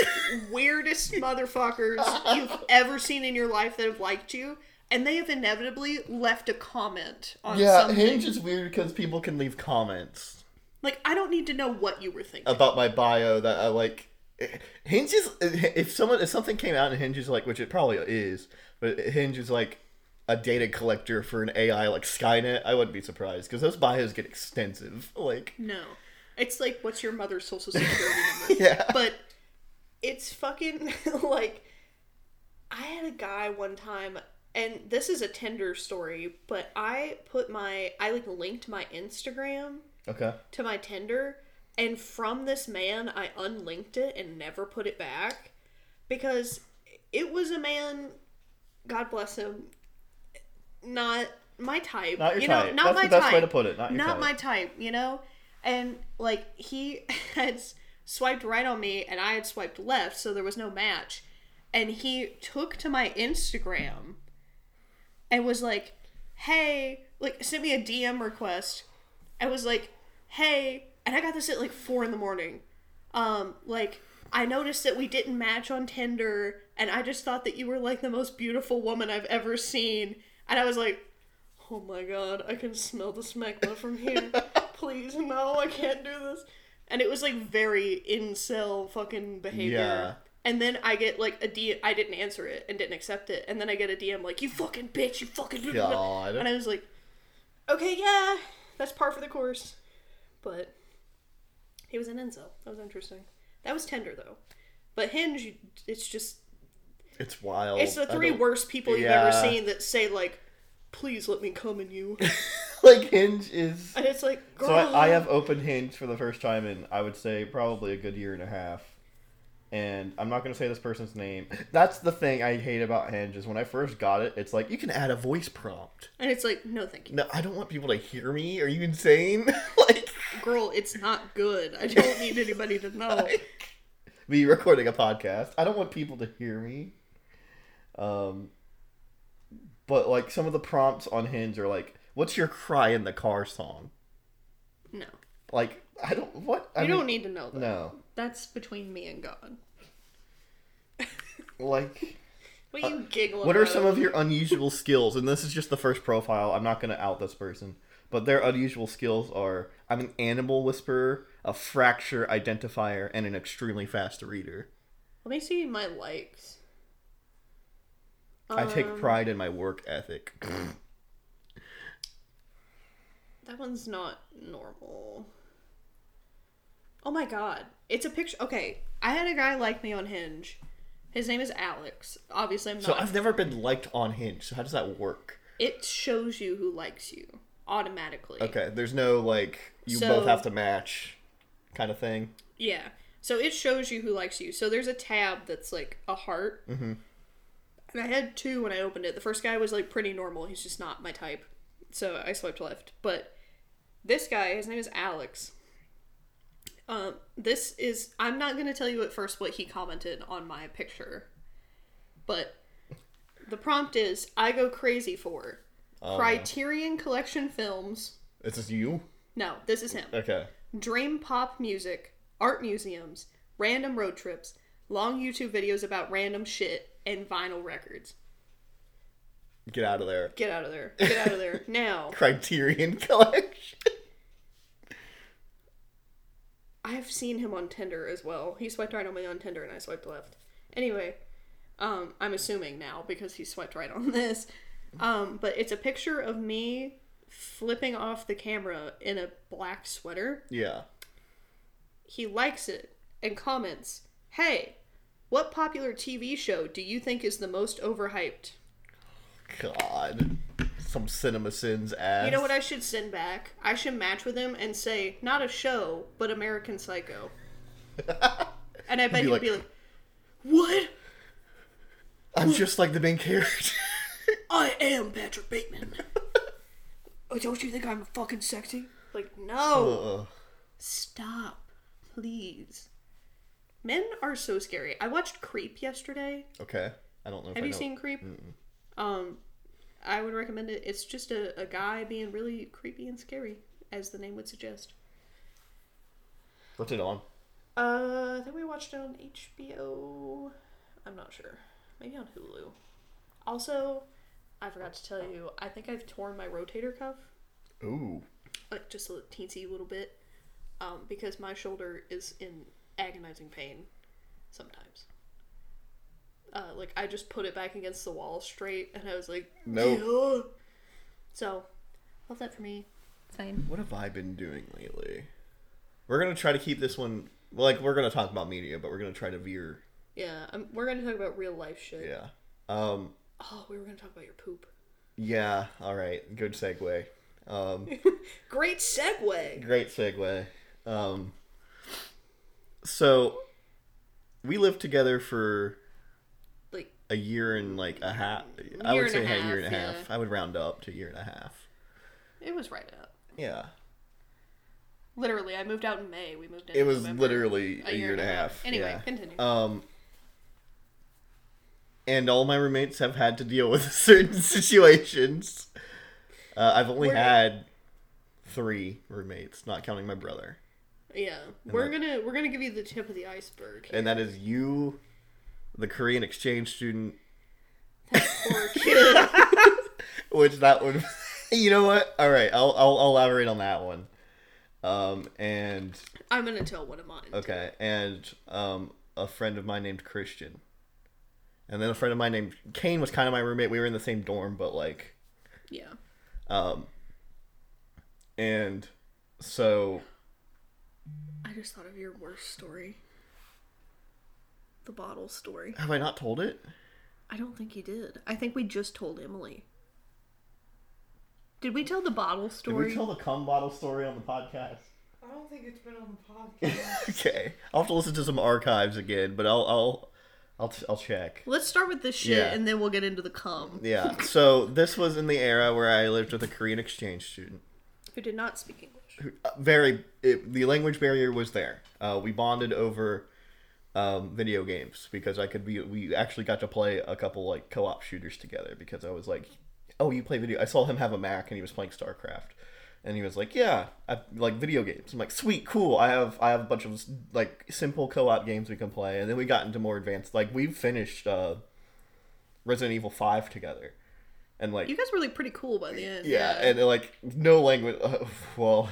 S2: weirdest motherfuckers you've ever seen in your life that have liked you, and they have inevitably left a comment on
S1: Yeah,
S2: um, something.
S1: Hinge is weird because people can leave comments
S2: like I don't need to know what you were thinking.
S1: about my bio that I like. Hinge is if someone if something came out and Hinge is like, which it probably is, but Hinge is like a data collector for an AI like Skynet. I wouldn't be surprised because those bios get extensive. Like,
S2: No. It's like, what's your mother's social security number?
S1: yeah,
S2: But it's fucking like. I had a guy one time, and this is a Tinder story, but I put my. I like linked my Instagram
S1: okay.
S2: to my Tinder, and from this man, I unlinked it and never put it back because it was a man, God bless him, not my type.
S1: Not your
S2: you
S1: type.
S2: know, not
S1: That's
S2: my
S1: the best
S2: type
S1: way to put it. Not your
S2: not
S1: type.
S2: my type, you know? And like he had s- swiped right on me and I had swiped left, so there was no match. And he took to my Instagram and was like, "Hey," like sent me a DM request. I was like, "Hey," and I got this at like 4 in the morning. Um like I noticed that we didn't match on Tinder and I just thought that you were like the most beautiful woman I've ever seen. And I was like, Oh my god, I can smell the smegma from here. Please, no, I can't do this. And it was like very incel fucking behavior.
S1: Yeah.
S2: And then I get like a DM. I didn't answer it and didn't accept it. And then I get a DM like, you fucking bitch, you fucking. blah, blah, blah."
S1: God.
S2: And I was like, okay, yeah, that's par for the course. But he was an incel. That was interesting. That was tender though. But Hinge, you- it's just
S1: It's wild.
S2: it's the
S1: Oh, I
S2: three
S1: don't-
S2: worst people you've ever
S1: yeah.
S2: seen that say like, "Please let me come in you,"
S1: Like Hinge is.
S2: and it's like, girl,
S1: So I, I have opened Hinge for the first time in I would say probably a good year and a half. And I'm not gonna say this person's name. That's the thing I hate about Hinge is when I first got it, it's like you can add a voice prompt.
S2: and it's like, no, thank you,
S1: No, I don't want people to hear me. Are you insane? like
S2: girl, it's not good. I don't need anybody to know.
S1: me recording a podcast. I don't want people to hear me. Um but like some of the prompts on Hinge are like, What's your cry in the car song?
S2: No,
S1: Like I don't what I
S2: you
S1: mean,
S2: don't need to know that.
S1: No.
S2: That's between me and God.
S1: Like
S2: What you giggling?
S1: Uh, What are
S2: about?
S1: some of your unusual skills? And this is just the first profile. I'm not going to out this person, but their unusual skills are I'm an animal whisperer, a fracture identifier, and an extremely fast reader.
S2: Let me see my likes.
S1: I take
S2: Um,
S1: pride in my work ethic.
S2: That one's not normal. Oh my god. It's a picture. Okay, I had a guy like me on Hinge. His name is Alex. Obviously, I'm not.
S1: so I've never been liked on Hinge. So how does that work?
S2: It shows you who likes you automatically.
S1: Okay, there's no like you
S2: So-
S1: both have to match kind of thing.
S2: Yeah. So it shows you who likes you. So there's a tab that's like a heart. Mm-hmm. And I had two when I opened it. The first guy was like pretty normal. He's just not my type. So I swiped left. But this guy, his name is Alex. Um, this is I'm not gonna tell you at first what he commented on my picture, but the prompt is I go crazy for
S1: Oh, no.
S2: Criterion Collection films.
S1: This is you.
S2: No, this is him
S1: Okay.
S2: dream pop music, art museums, random road trips, long YouTube videos about random shit, and vinyl records.
S1: Get out of there.
S2: Get out of there. Get out of there. Now,
S1: Criterion collection.
S2: I've seen him on Tinder as well. He swiped right on me on Tinder and I swiped left. Anyway, um, I'm assuming now because he swiped right on this. Um, but it's a picture of me flipping off the camera in a black sweater.
S1: yeah.
S2: he likes it and comments, Hey, what popular TV show do you think is the most overhyped?
S1: God. some cinema sins ass.
S2: You know what I should send back? I should match with him and say, not a show, but American Psycho. And I bet
S1: Be
S2: he'd
S1: like-
S2: be like, What?
S1: I'm just like the main character.
S2: I am Patrick Bateman. oh, don't you think I'm fucking sexy? Like, no.
S1: Ugh.
S2: Stop. Please. Men are so scary. I watched Creep yesterday.
S1: okay. I don't know. If
S2: Have
S1: I
S2: you
S1: know.
S2: seen Creep? Um, I would recommend it. It's just a, a guy being really creepy and scary, as the name would suggest.
S1: What's it on?
S2: Uh, I think we watched it on HBO. I'm not sure. Maybe on Hulu. Also, I forgot to tell you, I think I've torn my rotator cuff,
S1: Ooh.
S2: like just a little- teensy little bit, um, because my shoulder is in agonizing pain sometimes. Uh, like I just put it back against the wall straight, and I was like,
S1: No.
S2: "Ugh." So, love that for me. Fine.
S1: What have I been doing lately? We're gonna try to keep this one. Like we're gonna talk about media, but we're gonna try to veer.
S2: Yeah, i we're gonna talk about real life shit.
S1: Yeah. Um.
S2: Oh, we were gonna talk about your poop.
S1: Yeah. All right. Good segue. Um.
S2: Great segue.
S1: Great segue. Um, so we lived together for
S2: like
S1: a year and like a half. I
S2: Year
S1: would say
S2: and a
S1: a year
S2: half,
S1: and a half.
S2: yeah.
S1: I would round up to a year and a half.
S2: it was right up.
S1: Yeah,
S2: Literally, I moved out in May. We moved in.
S1: it was
S2: November.
S1: literally a, year, and a half.
S2: Anyway,
S1: yeah.
S2: continue.
S1: Um, and all my roommates have had to deal with certain situations. Uh, I've only
S2: Where-
S1: had three roommates, not counting my brother.
S2: yeah, we're
S1: that-
S2: gonna we're gonna give you the tip of the iceberg.
S1: and that is you, the Korean exchange student,
S2: Poor kid.
S1: which that would, you know what? All right, I'll, I'll, I'll elaborate on that one. Um, and
S2: I'm gonna tell one of mine.
S1: okay, and um, a friend of mine named Christian, and then a friend of mine named Kane was kind of my roommate. We were in the same dorm, but like,
S2: Yeah.
S1: um, and so
S2: I just thought of your worst story. The bottle story.
S1: have I not told it?
S2: I don't think you did. I think we just told Emily. Did we tell the bottle
S1: Did
S2: story?
S1: we tell the cum bottle story on the podcast?
S3: I don't think it's been on the podcast.
S1: okay, I'll have to listen to some archives again, but I'll I'll I'll, t- I'll check.
S2: Let's start with this shit
S1: Yeah.
S2: and then we'll get into the cum.
S1: Yeah. So this was in the era where I lived with a Korean exchange student.
S2: Who did not speak English.
S1: Who, uh, very it, the language barrier was there. Uh, we bonded over um, video games because I could be. We actually got to play a couple like co-op shooters together because I was like, "Oh, you play video?" I saw him have a Mac and he was playing StarCraft, and he was like, "Yeah, I like video games." I'm like, "Sweet, cool. I have I have a bunch of like simple co-op games we can play." And then we got into more advanced. Like we finished uh, Resident Evil Five together, and like
S2: You guys were like pretty cool by the end.
S1: yeah, and like no language. Uh, well,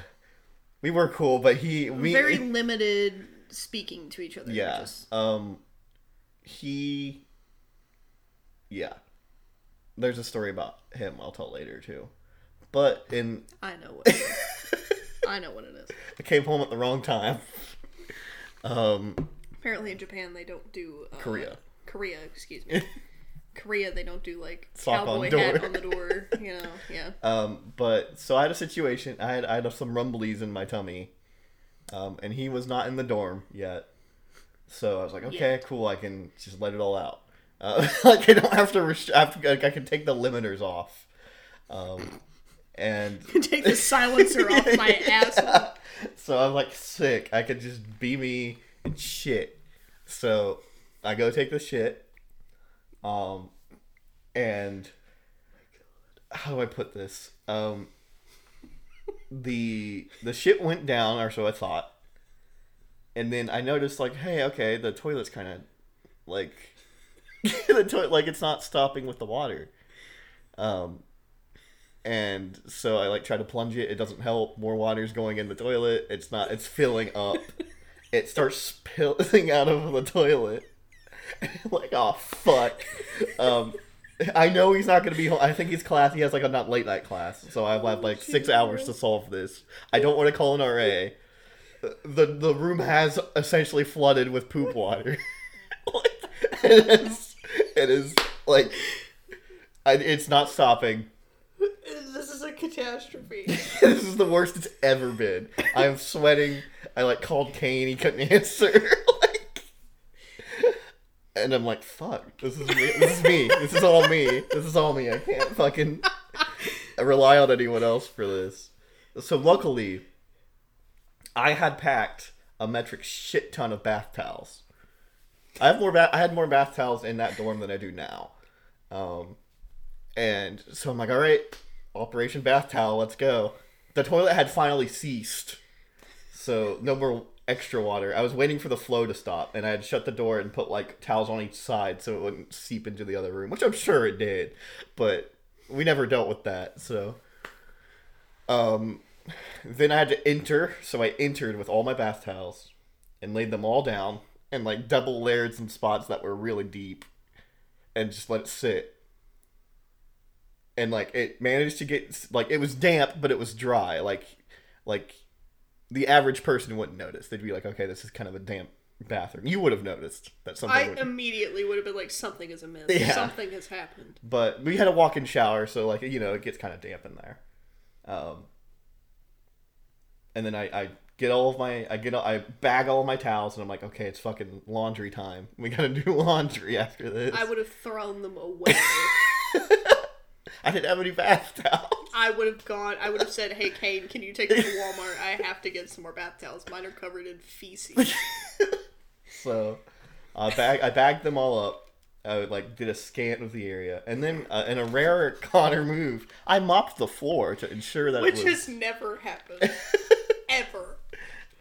S1: we were cool, but he we
S2: very limited speaking to each other.
S1: yeah.
S2: Just-
S1: Um, he yeah. There's a story about him I'll tell later too, but in
S2: I know what. It is. I know what it is.
S1: I came home at the wrong time. Um,
S2: Apparently, in Japan, they don't do uh,
S1: Korea.
S2: Korea, excuse me. Korea, they don't do like
S1: Sock on
S2: cowboy hat
S1: door.
S2: on the door. You know, yeah.
S1: um, but so I had a situation. I had I had some rumblies in my tummy, um, and he was not in the dorm yet. So I was like, okay, cool. I can just let it all out. Uh, like I don't have to. Rest- I, have to like, I can take the limiters off. Um, and
S2: Take the silencer off my asshole.
S1: so I'm like sick. I could just be me and shit. So I go take the shit. Um, and how do I put this? Um, the the shit went down, or so I thought. And then I noticed, like, hey, okay, the toilet's kind of like the toilet, like it's not stopping with the water. Um, and so I like try to plunge it. It doesn't help. More water's going in the toilet. It's not. It's filling up. it starts spilling out of the toilet. like oh fuck. Um, I know he's not gonna be home. I think he's class. He has like a not late night class, so I've had like six hours to solve this. I don't want to call an RA. The the room has essentially flooded with poop water. it is. It is like. I, it's not stopping.
S2: This is a catastrophe.
S1: this is the worst it's ever been. I'm sweating. I like called Kane. He couldn't answer. like, and I'm like, fuck. This is me. This is me. This is all me. This is all me. I can't fucking rely on anyone else for this. So luckily, I had packed a metric shit ton of bath towels. I have more. Ba- I had more bath towels in that dorm than I do now. Um, and so I'm like, all right, Operation Bath Towel, let's go. The toilet had finally ceased, so no more extra water. I was waiting for the flow to stop, and I had shut the door and put like towels on each side so it wouldn't seep into the other room, which I'm sure it did, but we never dealt with that. So, um, then I had to enter, so I entered with all my bath towels and laid them all down and like double layered some spots that were really deep and just let it sit and like it managed to get like it was damp but it was dry like like the average person wouldn't notice they'd be like okay this is kind of a damp bathroom you would have noticed that something
S2: I
S1: would-
S2: immediately would have been like, something is amiss.
S1: Yeah.
S2: Something has happened.
S1: but we had a walk-in shower so like you know it gets kind of damp in there um and then i i get all of my i get all, i bag all my towels and i'm like okay it's fucking laundry time we gotta do laundry after this
S2: I would have thrown them away.
S1: I didn't have any bath towels
S2: I would have gone. I would have said, "Hey, Kane, can you take me to Walmart? I have to get some more bath towels. Mine are covered in feces."
S1: So I bag I bagged them all up. I like did a scan of the area, and then uh, in a rare Connor move, I mopped the floor to ensure that
S2: Which
S1: it was.
S2: has never happened. Ever.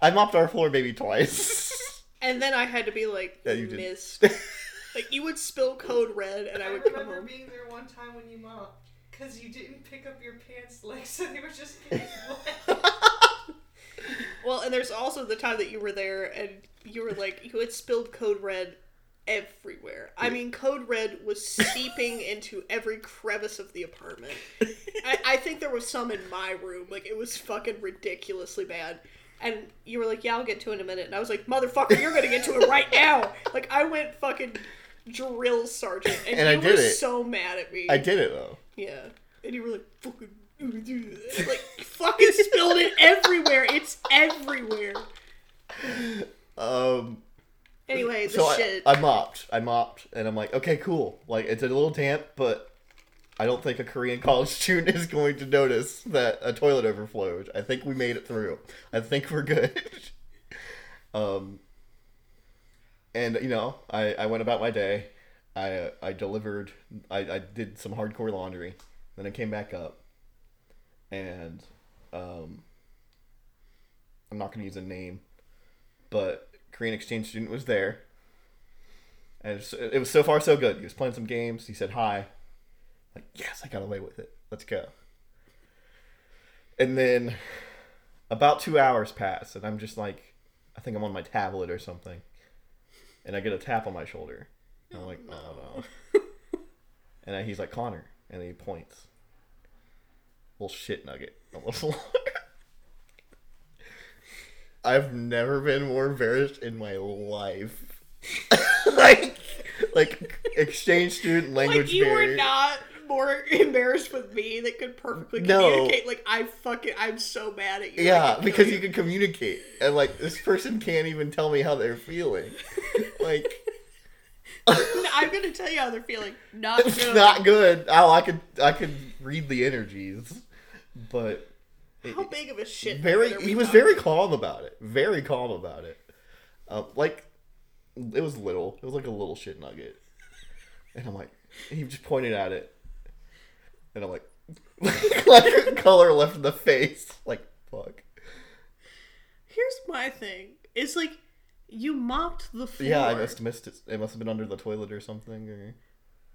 S1: I mopped our floor maybe twice.
S2: And then I had to be like,
S1: Yeah, you
S2: you
S1: did.
S2: missed. like, you would spill code red and I would come
S3: remember
S2: home.
S3: being there one time when you mopped because you didn't pick up your pants legs, so they were just getting wet.
S2: Well, and there's also the time that you were there and you were like, you had spilled code red everywhere. I mean, code red was seeping into every crevice of the apartment. I, I think there was some in my room. Like, it was fucking ridiculously bad. And you were like, yeah, I'll get to it in a minute. And I was like, motherfucker, you're gonna get to it right now. Like, I went fucking drill sergeant. And,
S1: And I
S2: you
S1: did
S2: were
S1: it.
S2: so mad at me.
S1: I did it though.
S2: Yeah. And you were like, fucking, like, fucking spilled it everywhere. It's everywhere.
S1: Um,
S2: Anyway, the
S1: so I,
S2: shit.
S1: I mopped, I mopped, and I'm like, okay, cool. Like it's a little damp, but I don't think a Korean college student is going to notice that a toilet overflowed. I think we made it through. I think we're good. um, and you know, I, I went about my day. I uh, I delivered. I, I did some hardcore laundry. Then I came back up, and um, I'm not gonna use a name, but Korean exchange student was there. And it's- it was so far so good. He was playing some games. He said hi. Like yes, I got away with it. Let's go. And then about two hours pass, and I'm just like, I think I'm on my tablet or something, and I get a tap on my shoulder. And I'm like, oh no. and I, he's like Connor, and he points. Little shit nugget on the floor. I've never been more embarrassed in my life. like, like exchange student language
S2: like, you
S1: barrier.
S2: were not more embarrassed with me that could perfectly
S1: No.
S2: communicate. Like, I fucking, I'm so mad at you. I
S1: Yeah,
S2: could
S1: because
S2: kill
S1: you can communicate. And like this person can't even tell me how they're feeling. Like
S2: No, I'm gonna tell you how they're feeling. Not
S1: it's
S2: good.
S1: not good. Oh, I could I could read the energies. But
S2: How big of a shit?
S1: very
S2: nugget are we
S1: he was
S2: talking?
S1: very calm about it. Very calm about it. Uh, like it was little. It was like a little shit nugget. And I'm like he just pointed at it. And I'm like like color left in the face. Like fuck.
S2: Here's my thing. It's like, you mopped the floor.
S1: Yeah, I must missed it. It must have been under the toilet or something or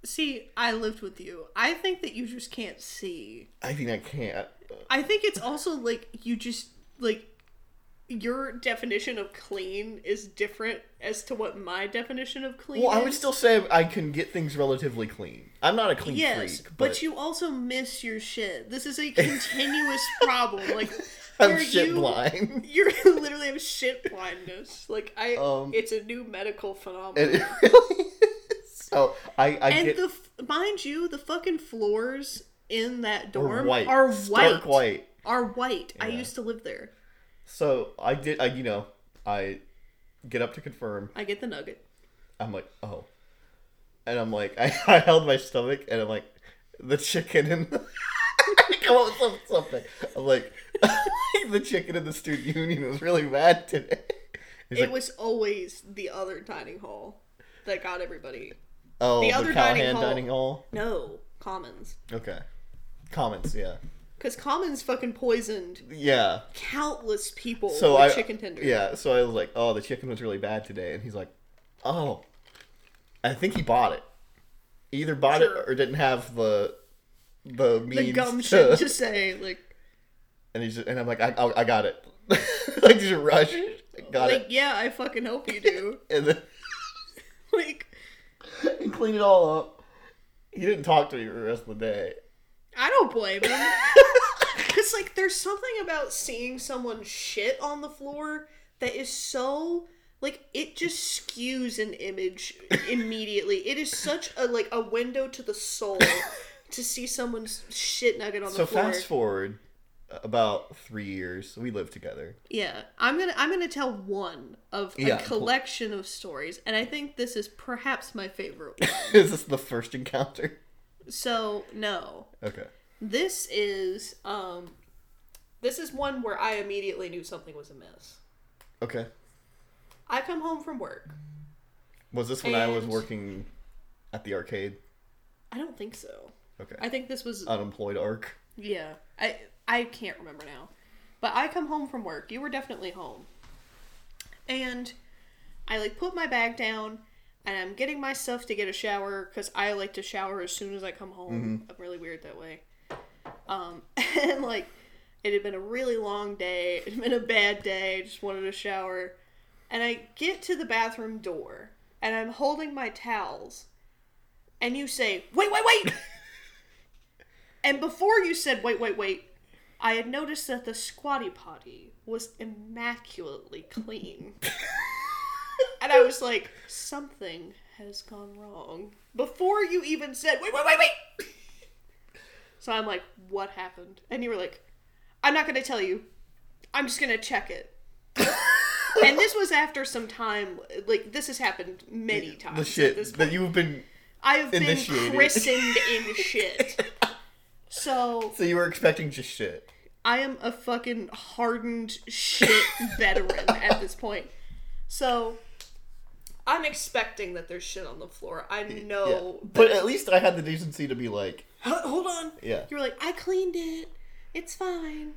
S2: See, I lived with you. I think that you just can't see.
S1: I think I can't. Uh,
S2: I think it's also like you just like your definition of clean is different as to what my definition of clean
S1: Well,
S2: is.
S1: I would still say I can get things relatively clean. I'm not a clean
S2: Yes,
S1: freak,
S2: but...
S1: but,
S2: you also miss your shit. This is a continuous problem. Like
S1: I'm
S2: where
S1: shit
S2: you-
S1: blind.
S2: You're literally have shit blindness. Like I,
S1: Um,
S2: it's a new medical phenomenon.
S1: And it really is. So I, I
S2: and
S1: get
S2: the f- mind you, the fucking floors in that
S1: Or
S2: dorm
S1: white.
S2: are
S1: Stark
S2: white.
S1: white.
S2: Are white. I
S1: Yeah.
S2: used to live there.
S1: So I did. I you know I get up to confirm.
S2: I get the nugget.
S1: I'm like oh, and I'm like I, I held my stomach and I'm like the chicken and the, come up with some- something. I'm like the chicken in the student union was really mad today. He's
S2: it
S1: like,
S2: was always the other dining hall that got everybody.
S1: oh,
S2: the
S1: the,
S2: other dining
S1: Callahan
S2: hall.
S1: dining hall.
S2: No, commons.
S1: Okay. Comments, yeah.
S2: Because commons fucking poisoned
S1: Yeah.
S2: countless people
S1: So
S2: with
S1: I
S2: chicken tenders.
S1: Yeah, so I was like, "Oh, the chicken was really bad today." And he's like, "Oh. I think he bought it. Either bought
S2: Sure.
S1: it or didn't have the the means
S2: The gum
S1: to,
S2: shit to say, like,
S1: And he's just, and I'm like, "I I, I got it." like just rush. I got
S2: like
S1: it.
S2: yeah, I fucking hope you do.
S1: And then
S2: like,
S1: he cleaned it all up. He didn't talk to me for the rest of the day.
S2: I don't blame him. Because, like, there's something about seeing someone shit on the floor that is so. Like, it just skews an image immediately. it is such a, like, a window to the soul to see someone's shit nugget on
S1: So
S2: the floor.
S1: fast forward uh, about 3 years. We lived together.
S2: Yeah, I'm gonna I'm gonna tell one of a
S1: Yeah.
S2: collection of stories, and I think this is perhaps my favorite. one.
S1: Is this the first encounter?
S2: so no,
S1: Okay.
S2: this is um, this is one where I immediately knew something was amiss.
S1: Okay.
S2: I come home from work.
S1: Was this when I was
S2: And-
S1: working at the arcade?
S2: I don't think so.
S1: Okay.
S2: I think this was
S1: Unemployed arc.
S2: yeah. I I can't remember now, but I come home from work. You were definitely home, and I like put my bag down. And I'm getting my stuff to get a shower because I like to shower as soon as I come home. I'm really weird that way. Um, and like, it had been a really long day. It had been a bad day. I just wanted a shower. And I get to the bathroom door and I'm holding my towels. And you say, wait, wait, wait! and before you said, wait, wait, wait, I had noticed that the squatty potty was immaculately clean. and I was like, something has gone wrong. Before you even said, wait, wait, wait, wait! So I'm like, what happened? And you were like, I'm not going to tell you. I'm just going to check it. and this was after some time. Like, this has happened many times.
S1: The
S2: at
S1: shit
S2: this
S1: that you've been.
S2: I have been
S1: initiated.
S2: christened in shit. So
S1: So you were expecting just shit.
S2: I am a fucking hardened shit veteran at this point. So I'm expecting that there's shit on the floor. I know.
S1: Yeah. But at least I had the decency to be like,
S2: H- Hold on.
S1: yeah.
S2: You were like, I cleaned it. It's fine.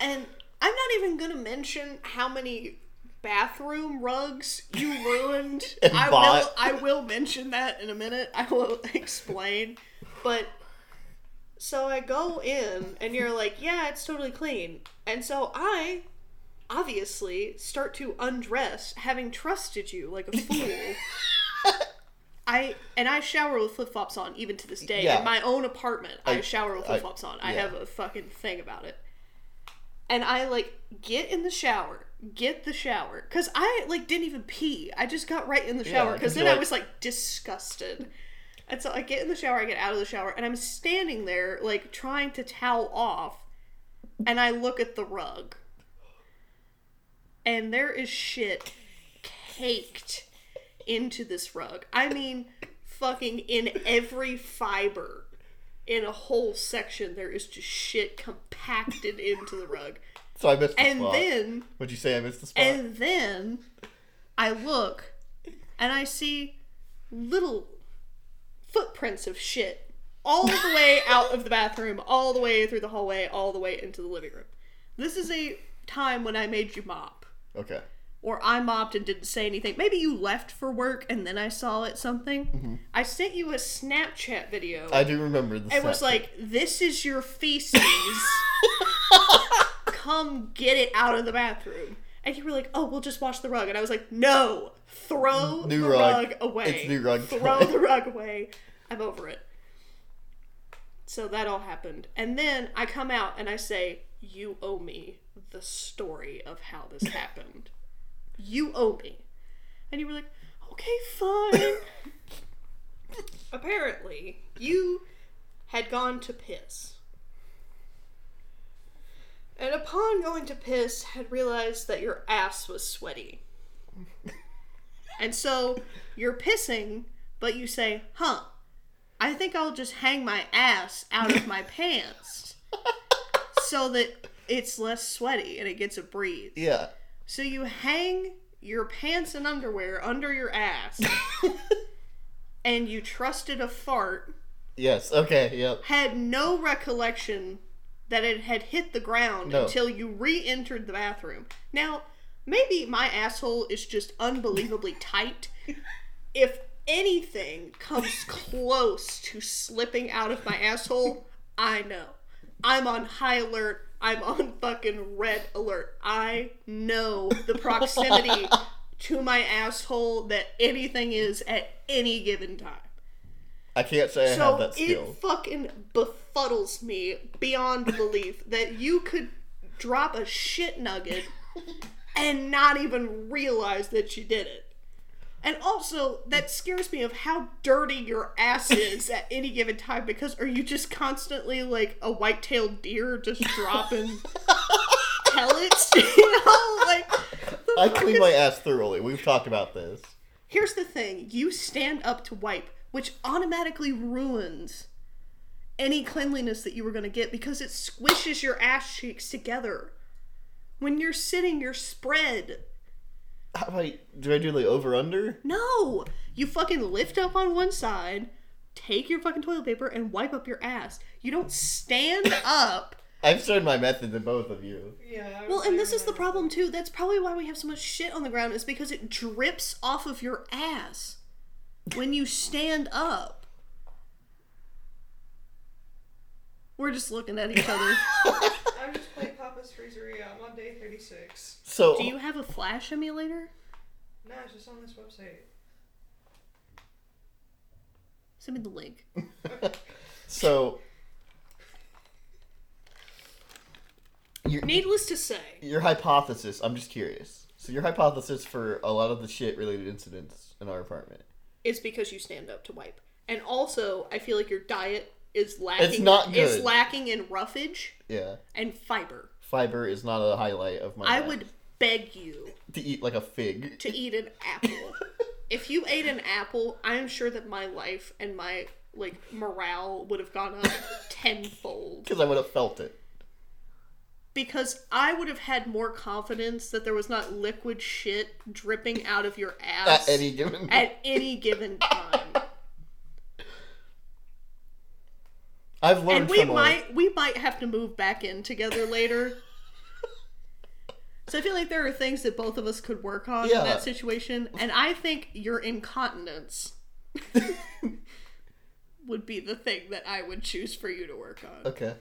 S2: And I'm not even gonna mention how many bathroom rugs you ruined.
S1: And
S2: I will
S1: bought.
S2: I will mention that in a minute. I will explain. But so I go in and you're like, yeah, it's totally clean. And so I obviously start to undress having trusted you like a fool. I and I shower with flip flops on even to this day.
S1: Yeah.
S2: In my own apartment, I,
S1: I-
S2: shower with
S1: I-
S2: flip flops on. I
S1: yeah.
S2: have a fucking thing about it. And I like get in the shower, get the shower, cause I like didn't even pee. I just got right in the
S1: Yeah,
S2: shower,
S1: 'cause
S2: cause then
S1: you're
S2: I
S1: like-
S2: was like disgusted. And so I get in the shower, I get out of the shower, and I'm standing there like trying to towel off, and I look at the rug, and there is shit caked into this rug. I mean, fucking in every fiber, in a whole section, there is just shit compacted into the rug.
S1: So I missed the
S2: And
S1: spot.
S2: then,
S1: Would you say I missed the spot?
S2: and then, I look, and I see little footprints of shit all the way out of the bathroom, all the way through the hallway, all the way into the living room. This is a time when I made you mop
S1: okay.
S2: or I mopped and didn't say anything. Maybe you left for work and then I saw it something. I sent you a Snapchat video.
S1: I do remember the
S2: it was
S1: Snapchat.
S2: like, "This is your feces. Come get it out of the bathroom." And you were like, "Oh, we'll just wash the rug." And I was like, "No, throw
S1: New
S2: the
S1: rug.
S2: rug, away.
S1: It's new rug
S2: Throw
S1: time."
S2: the rug away. I'm over it." So that all happened, and then I come out and I say, "You owe me the story of how this happened. You owe me." And you were like, "Okay, fine." Apparently, you had gone to piss. And upon going to piss, had realized that your ass was sweaty. and so you're pissing, but you say, huh, I think I'll just hang my ass out of my pants so that it's less sweaty and it gets a breeze.
S1: Yeah.
S2: So you hang your pants and underwear under your ass and you trusted a fart,
S1: yes. Okay. Yep.
S2: had no recollection that it had hit the ground
S1: No.
S2: until you re entered the bathroom. Now, maybe my asshole is just unbelievably tight. If anything comes close to slipping out of my asshole, I know. I'm on high alert. I'm on fucking red alert. I know the proximity to my asshole that anything is at any given time.
S1: I can't say I have
S2: So
S1: that skill.
S2: it fucking befuddles me beyond belief that you could drop a shit nugget and not even realize that you did it. And also, that scares me of how dirty your ass is at any given time because are you just constantly like a white tailed deer just dropping pellets? You know? Like, the
S1: I
S2: fuck
S1: clean
S2: is
S1: my ass thoroughly. We've talked about this.
S2: Here's the thing you stand up to wipe, which automatically ruins any cleanliness that you were going to get because it squishes your ass cheeks together. When you're sitting, you're spread.
S1: How do I do? I do the over under.
S2: No! You fucking lift up on one side, take your fucking toilet paper, and wipe up your ass. You don't stand up.
S1: I've shown my method to both of you.
S3: Yeah. I
S2: Well,
S3: was
S2: and
S3: like,
S2: this is the
S3: uh,
S2: problem too. That's probably why we have so much shit on the ground, is because it drips off of your ass when you stand up. We're just looking at each other.
S3: I'm just playing Papa's Freezeria. I'm on day 36.
S1: So
S2: Do you have a flash emulator?
S3: No, it's just on this website.
S2: Send me the link.
S1: so your
S2: Needless to say,
S1: your hypothesis. I'm just curious. So your hypothesis for a lot of the shit related incidents in our apartment.
S2: it's because you stand up to wipe. And also, I feel like your diet is lacking
S1: not
S2: is
S1: good.
S2: lacking in roughage
S1: Yeah,
S2: and fiber.
S1: fiber is not a highlight of my.
S2: I
S1: life.
S2: would beg you
S1: to eat like a fig.
S2: to eat an apple. if you ate an apple, I am sure that my life and my like morale would have gone up tenfold
S1: Because I would have felt it.
S2: because I would have had more confidence that there was not liquid shit dripping out of your ass
S1: At any given
S2: at any given time.
S1: I've
S2: and
S1: learned
S2: we
S1: from all-
S2: might we might have to move back in together later. So I feel like there are things that both of us could work on
S1: Yeah.
S2: in that situation, and I think your incontinence would be the thing that I would choose for you to work on
S1: Okay.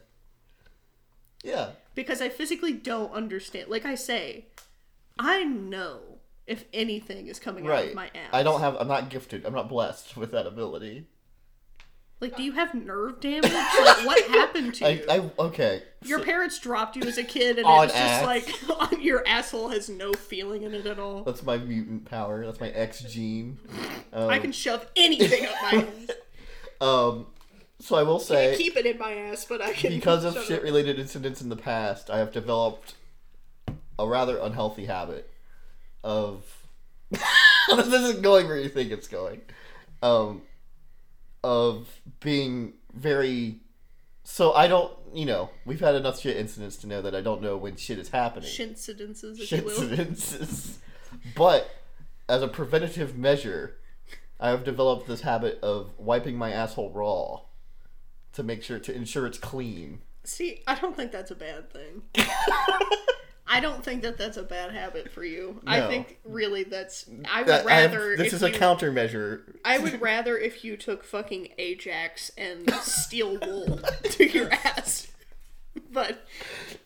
S1: Yeah.
S2: because I physically don't understand. Like I say, I know if anything is coming out
S1: Right.
S2: of my ass.
S1: I don't have I'm not gifted. I'm not blessed with that ability.
S2: Like, do you have nerve damage? like, what happened to you?
S1: I, I okay.
S2: Your
S1: So-
S2: parents dropped you as a kid, and
S1: On
S2: it's
S1: ass.
S2: just like your asshole has no feeling in it at all.
S1: that's my mutant power. That's my X gene. Um,
S2: I can shove anything up my ass.
S1: um so I will
S2: I
S1: say
S2: keep it in my ass, but I can.
S1: because of
S2: shove it
S1: shit
S2: up.
S1: related incidents in the past, I have developed a rather unhealthy habit of this isn't going where you think it's going. Um of being very so I don't you know, we've had enough shit incidents to know that I don't know when shit is happening.
S2: Shincidences, if you will.
S1: Shincidences. but as a preventative measure, I have developed this habit of wiping my asshole raw to make sure to ensure it's clean.
S2: See, I don't think that's a bad thing. I don't think that that's a bad habit for you. I
S1: No.
S2: think really that's. I would
S1: That- I have-
S2: rather.
S1: this
S2: if
S1: is a
S2: you-
S1: countermeasure.
S2: I would rather if you took fucking Ajax and steel wool to your ass. But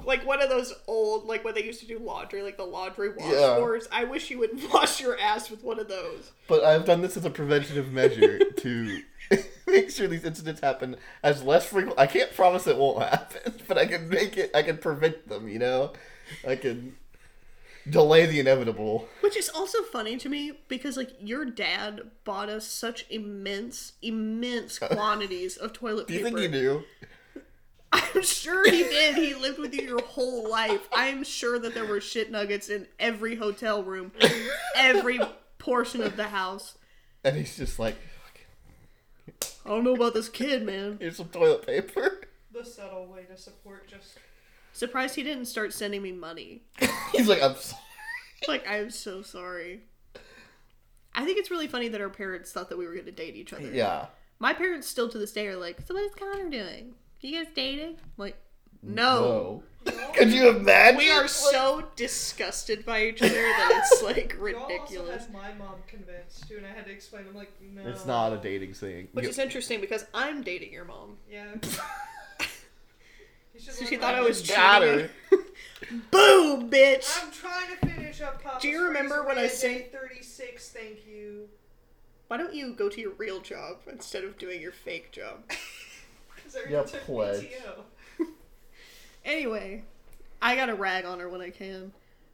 S2: like one of those old like when they used to do laundry, like the laundry wash
S1: Yeah.
S2: wars, I wish you would wash your ass with one of those.
S1: But I've done this as a preventative measure to make sure these incidents happen as less frequent. I can't promise it won't happen, but I can make it. I can prevent them. You know, I can. delay the inevitable.
S2: Which is also funny to me because like your dad bought us such immense, immense quantities of toilet
S1: Do you
S2: paper.
S1: think you do?
S2: I'm sure he did. He lived with you your whole life. I'm sure that there were shit nuggets in every hotel room, every portion of the house.
S1: And he's just like,
S2: I don't know about this kid, man.
S1: here's some toilet paper.
S3: The subtle way to support just
S2: Surprised he didn't start sending me money.
S1: He's like, I'm sorry.
S2: Like I'm so sorry. I think it's really funny that our parents thought that we were going to date each other.
S1: Yeah.
S2: My parents still to this day are like, "So what is Connor doing? You guys dating?" I'm like, no.
S1: No. Could you imagine?
S2: Oh. We are
S1: Like,
S2: so disgusted by each other that it's like
S3: Y'all also
S2: ridiculous.
S3: had my mom convinced too, and I had to explain. I'm like, no,
S1: It's not a dating thing.
S2: Which is interesting because I'm dating your mom.
S3: Yeah. You should
S2: So
S3: learn
S2: she
S3: my
S2: thought I was
S3: lesson.
S1: got
S2: cheating. Boom, bitch.
S3: I'm trying to finish up. Papa's
S2: Do you remember when I
S3: say thirty-six? Thank you.
S2: Why don't you go to your real job instead of doing your fake job?
S3: 'Cause I
S1: Yeah,
S3: took
S1: pledge.
S3: PTO.
S2: Anyway, I gotta rag on her when I can.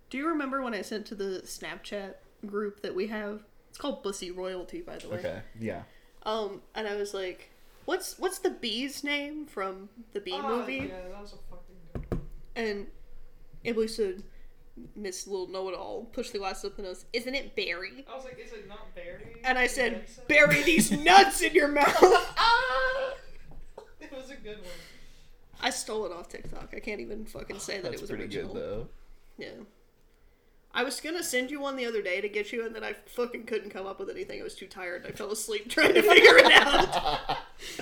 S2: Do you remember when I sent to the Snapchat group that we have? It's called Bussy Royalty, by the way.
S1: Okay. Yeah.
S2: Um, and I was like, "What's what's the bee's name from the bee
S3: Ah,
S2: movie?"
S3: Yeah, that was a fucking good one.
S2: And Emily said, Miss Little Know It All pushed the glass up and goes, Isn't it Barry?
S3: I was like, is it not Barry?
S2: And I
S3: Your
S2: said,
S3: accent?
S2: Bury these nuts in your mouth. Ah.
S3: It was a good one.
S2: I stole it off TikTok. I can't even fucking say that
S1: That's
S2: it was
S1: pretty
S2: original.
S1: good though.
S2: Yeah. I was gonna send you one the other day to get you, and then I fucking couldn't come up with anything. I was too tired. I fell asleep trying to figure it out.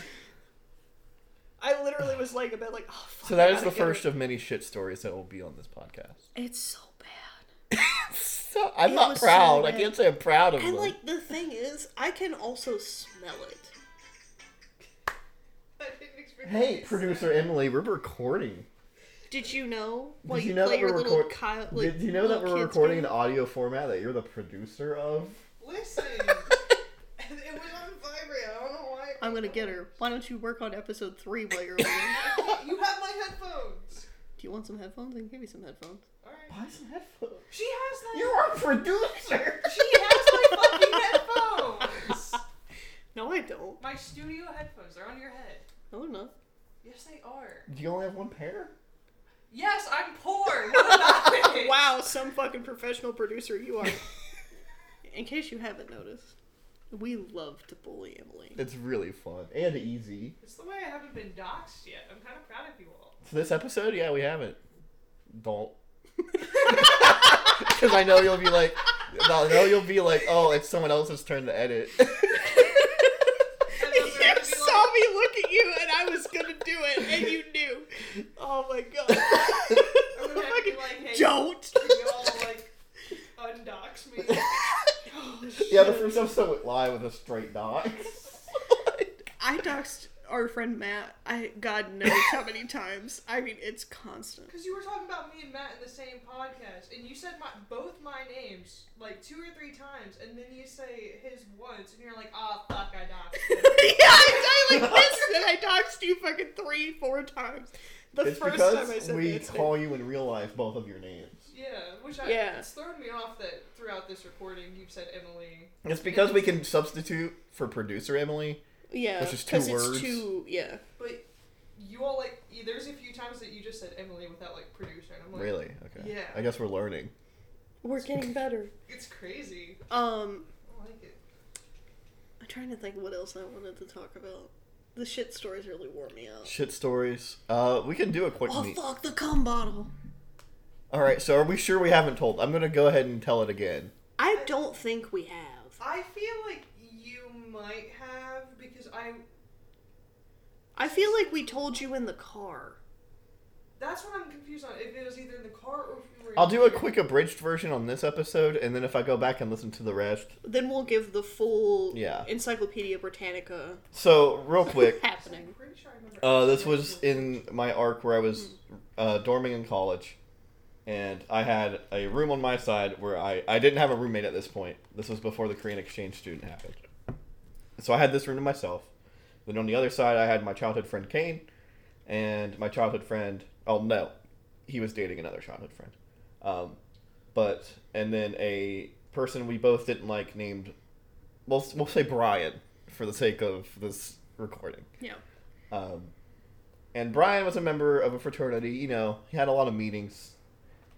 S2: I literally was laying in bed like, oh fuck.
S1: So
S2: I
S1: that is
S2: gotta
S1: the
S2: get
S1: first
S2: it."
S1: of many shit stories that will be on this podcast.
S2: It's so bad.
S1: So, I'm
S2: It
S1: not
S2: was so
S1: proud. I
S2: bad.
S1: can't say I'm proud of
S2: And
S1: them.
S2: like the thing is, I can also smell it.
S3: I didn't expect
S1: hey,
S3: to
S1: producer
S3: say
S1: Emily, we're recording.
S2: Did you know? While
S1: Did
S2: you,
S1: you know
S2: play
S1: that
S2: your
S1: we're
S2: little
S1: record-
S2: Kyle, like,
S1: Did you know that
S2: little
S1: we're
S2: kids
S1: recording in
S2: game?
S1: audio format that you're the producer of?
S3: that. Listen, it was on vibrate. I don't know why. it
S2: I'm gonna
S3: was
S2: get
S3: on.
S2: her. Why don't you work on episode three while you're away?
S3: You have my headphones.
S2: Do you want some headphones? I can give you some headphones.
S3: All right.
S1: Buy some headphones.
S3: She has my.
S1: You are a producer.
S3: She has my fucking headphones.
S2: No, I don't.
S3: My studio headphones. They're on your head.
S2: No, no.
S3: Yes, they are.
S1: Do you only have one pair?
S3: Yes, I'm poor. What about it?
S2: Wow, some fucking professional producer you are. In case you haven't noticed, we love to bully Emily.
S1: It's really fun and easy.
S3: It's the way I haven't been doxxed yet. I'm kind of proud of you all.
S1: So this episode, yeah, we haven't. Don't. Because I know you'll be like, I know you'll be like, oh, it's someone else's turn to edit.
S2: you saw me look at you, and I was gonna do it, and you knew. Oh my god!
S3: I'm gonna have to be like, hey,
S2: Don't.
S3: can y'all like undox me?
S1: yeah, the first episode went live with a straight doc.
S2: I doxed our friend Matt. I God knows how many times. I mean, it's constant.
S3: Because you were talking about me and Matt in the same podcast, and you said my, both my names like two or three times, and then you say his once, and you're like, ah, fuck, I
S2: yeah,
S3: doxed.
S2: I said it like this, and I doxed you fucking three, four times. The
S1: it's
S2: first
S1: because
S2: time I said
S1: we
S2: that, it's
S1: call you in real life both of your names.
S3: yeah, which I,
S2: Yeah.
S3: it's thrown me off that throughout this recording you've said Emily.
S1: It's because we can substitute for producer Emily.
S2: been- yeah,
S1: Which is two
S2: 'cause
S1: words.
S2: It's too, yeah,
S3: But you all like y- there's a few times that you just said Emily without like producer, and I'm like,
S1: Really? Okay.
S3: Yeah.
S1: I guess we're learning.
S2: we're getting better.
S3: it's crazy.
S2: Um,
S3: I don't like it.
S2: I'm trying to think what else I wanted to talk about. The shit stories really wore me out.
S1: Shit stories. Uh, we can do a quick
S2: Oh
S1: meet.
S2: fuck the cum bottle.
S1: All right. So are we sure we haven't told? I'm gonna go ahead and tell it again.
S2: I don't think we have.
S3: I feel like you might have because I.
S2: I feel like we told you in the car.
S3: That's what I'm confused on. If it was either in the car or if we were.
S1: I'll do a quick abridged version on this episode, and then if I go back and listen to the rest.
S2: Then we'll give the full
S1: Yeah.
S2: Encyclopedia Britannica
S1: So real quick,
S2: happening.
S3: I'm pretty sure I remember.
S1: uh, this was in my arc where I was uh, dorming in college, and I had a room on my side where I I didn't have a roommate at this point. This was before the Korean exchange student happened. So I had this room to myself. Then on the other side, I had my childhood friend Kane, and my childhood friend. Oh no, he was dating another childhood friend. Um, but and then a person we both didn't like named, we'll we'll say Brian for the sake of this recording.
S2: Yeah.
S1: Um, and Brian was a member of a fraternity. You know, he had a lot of meetings,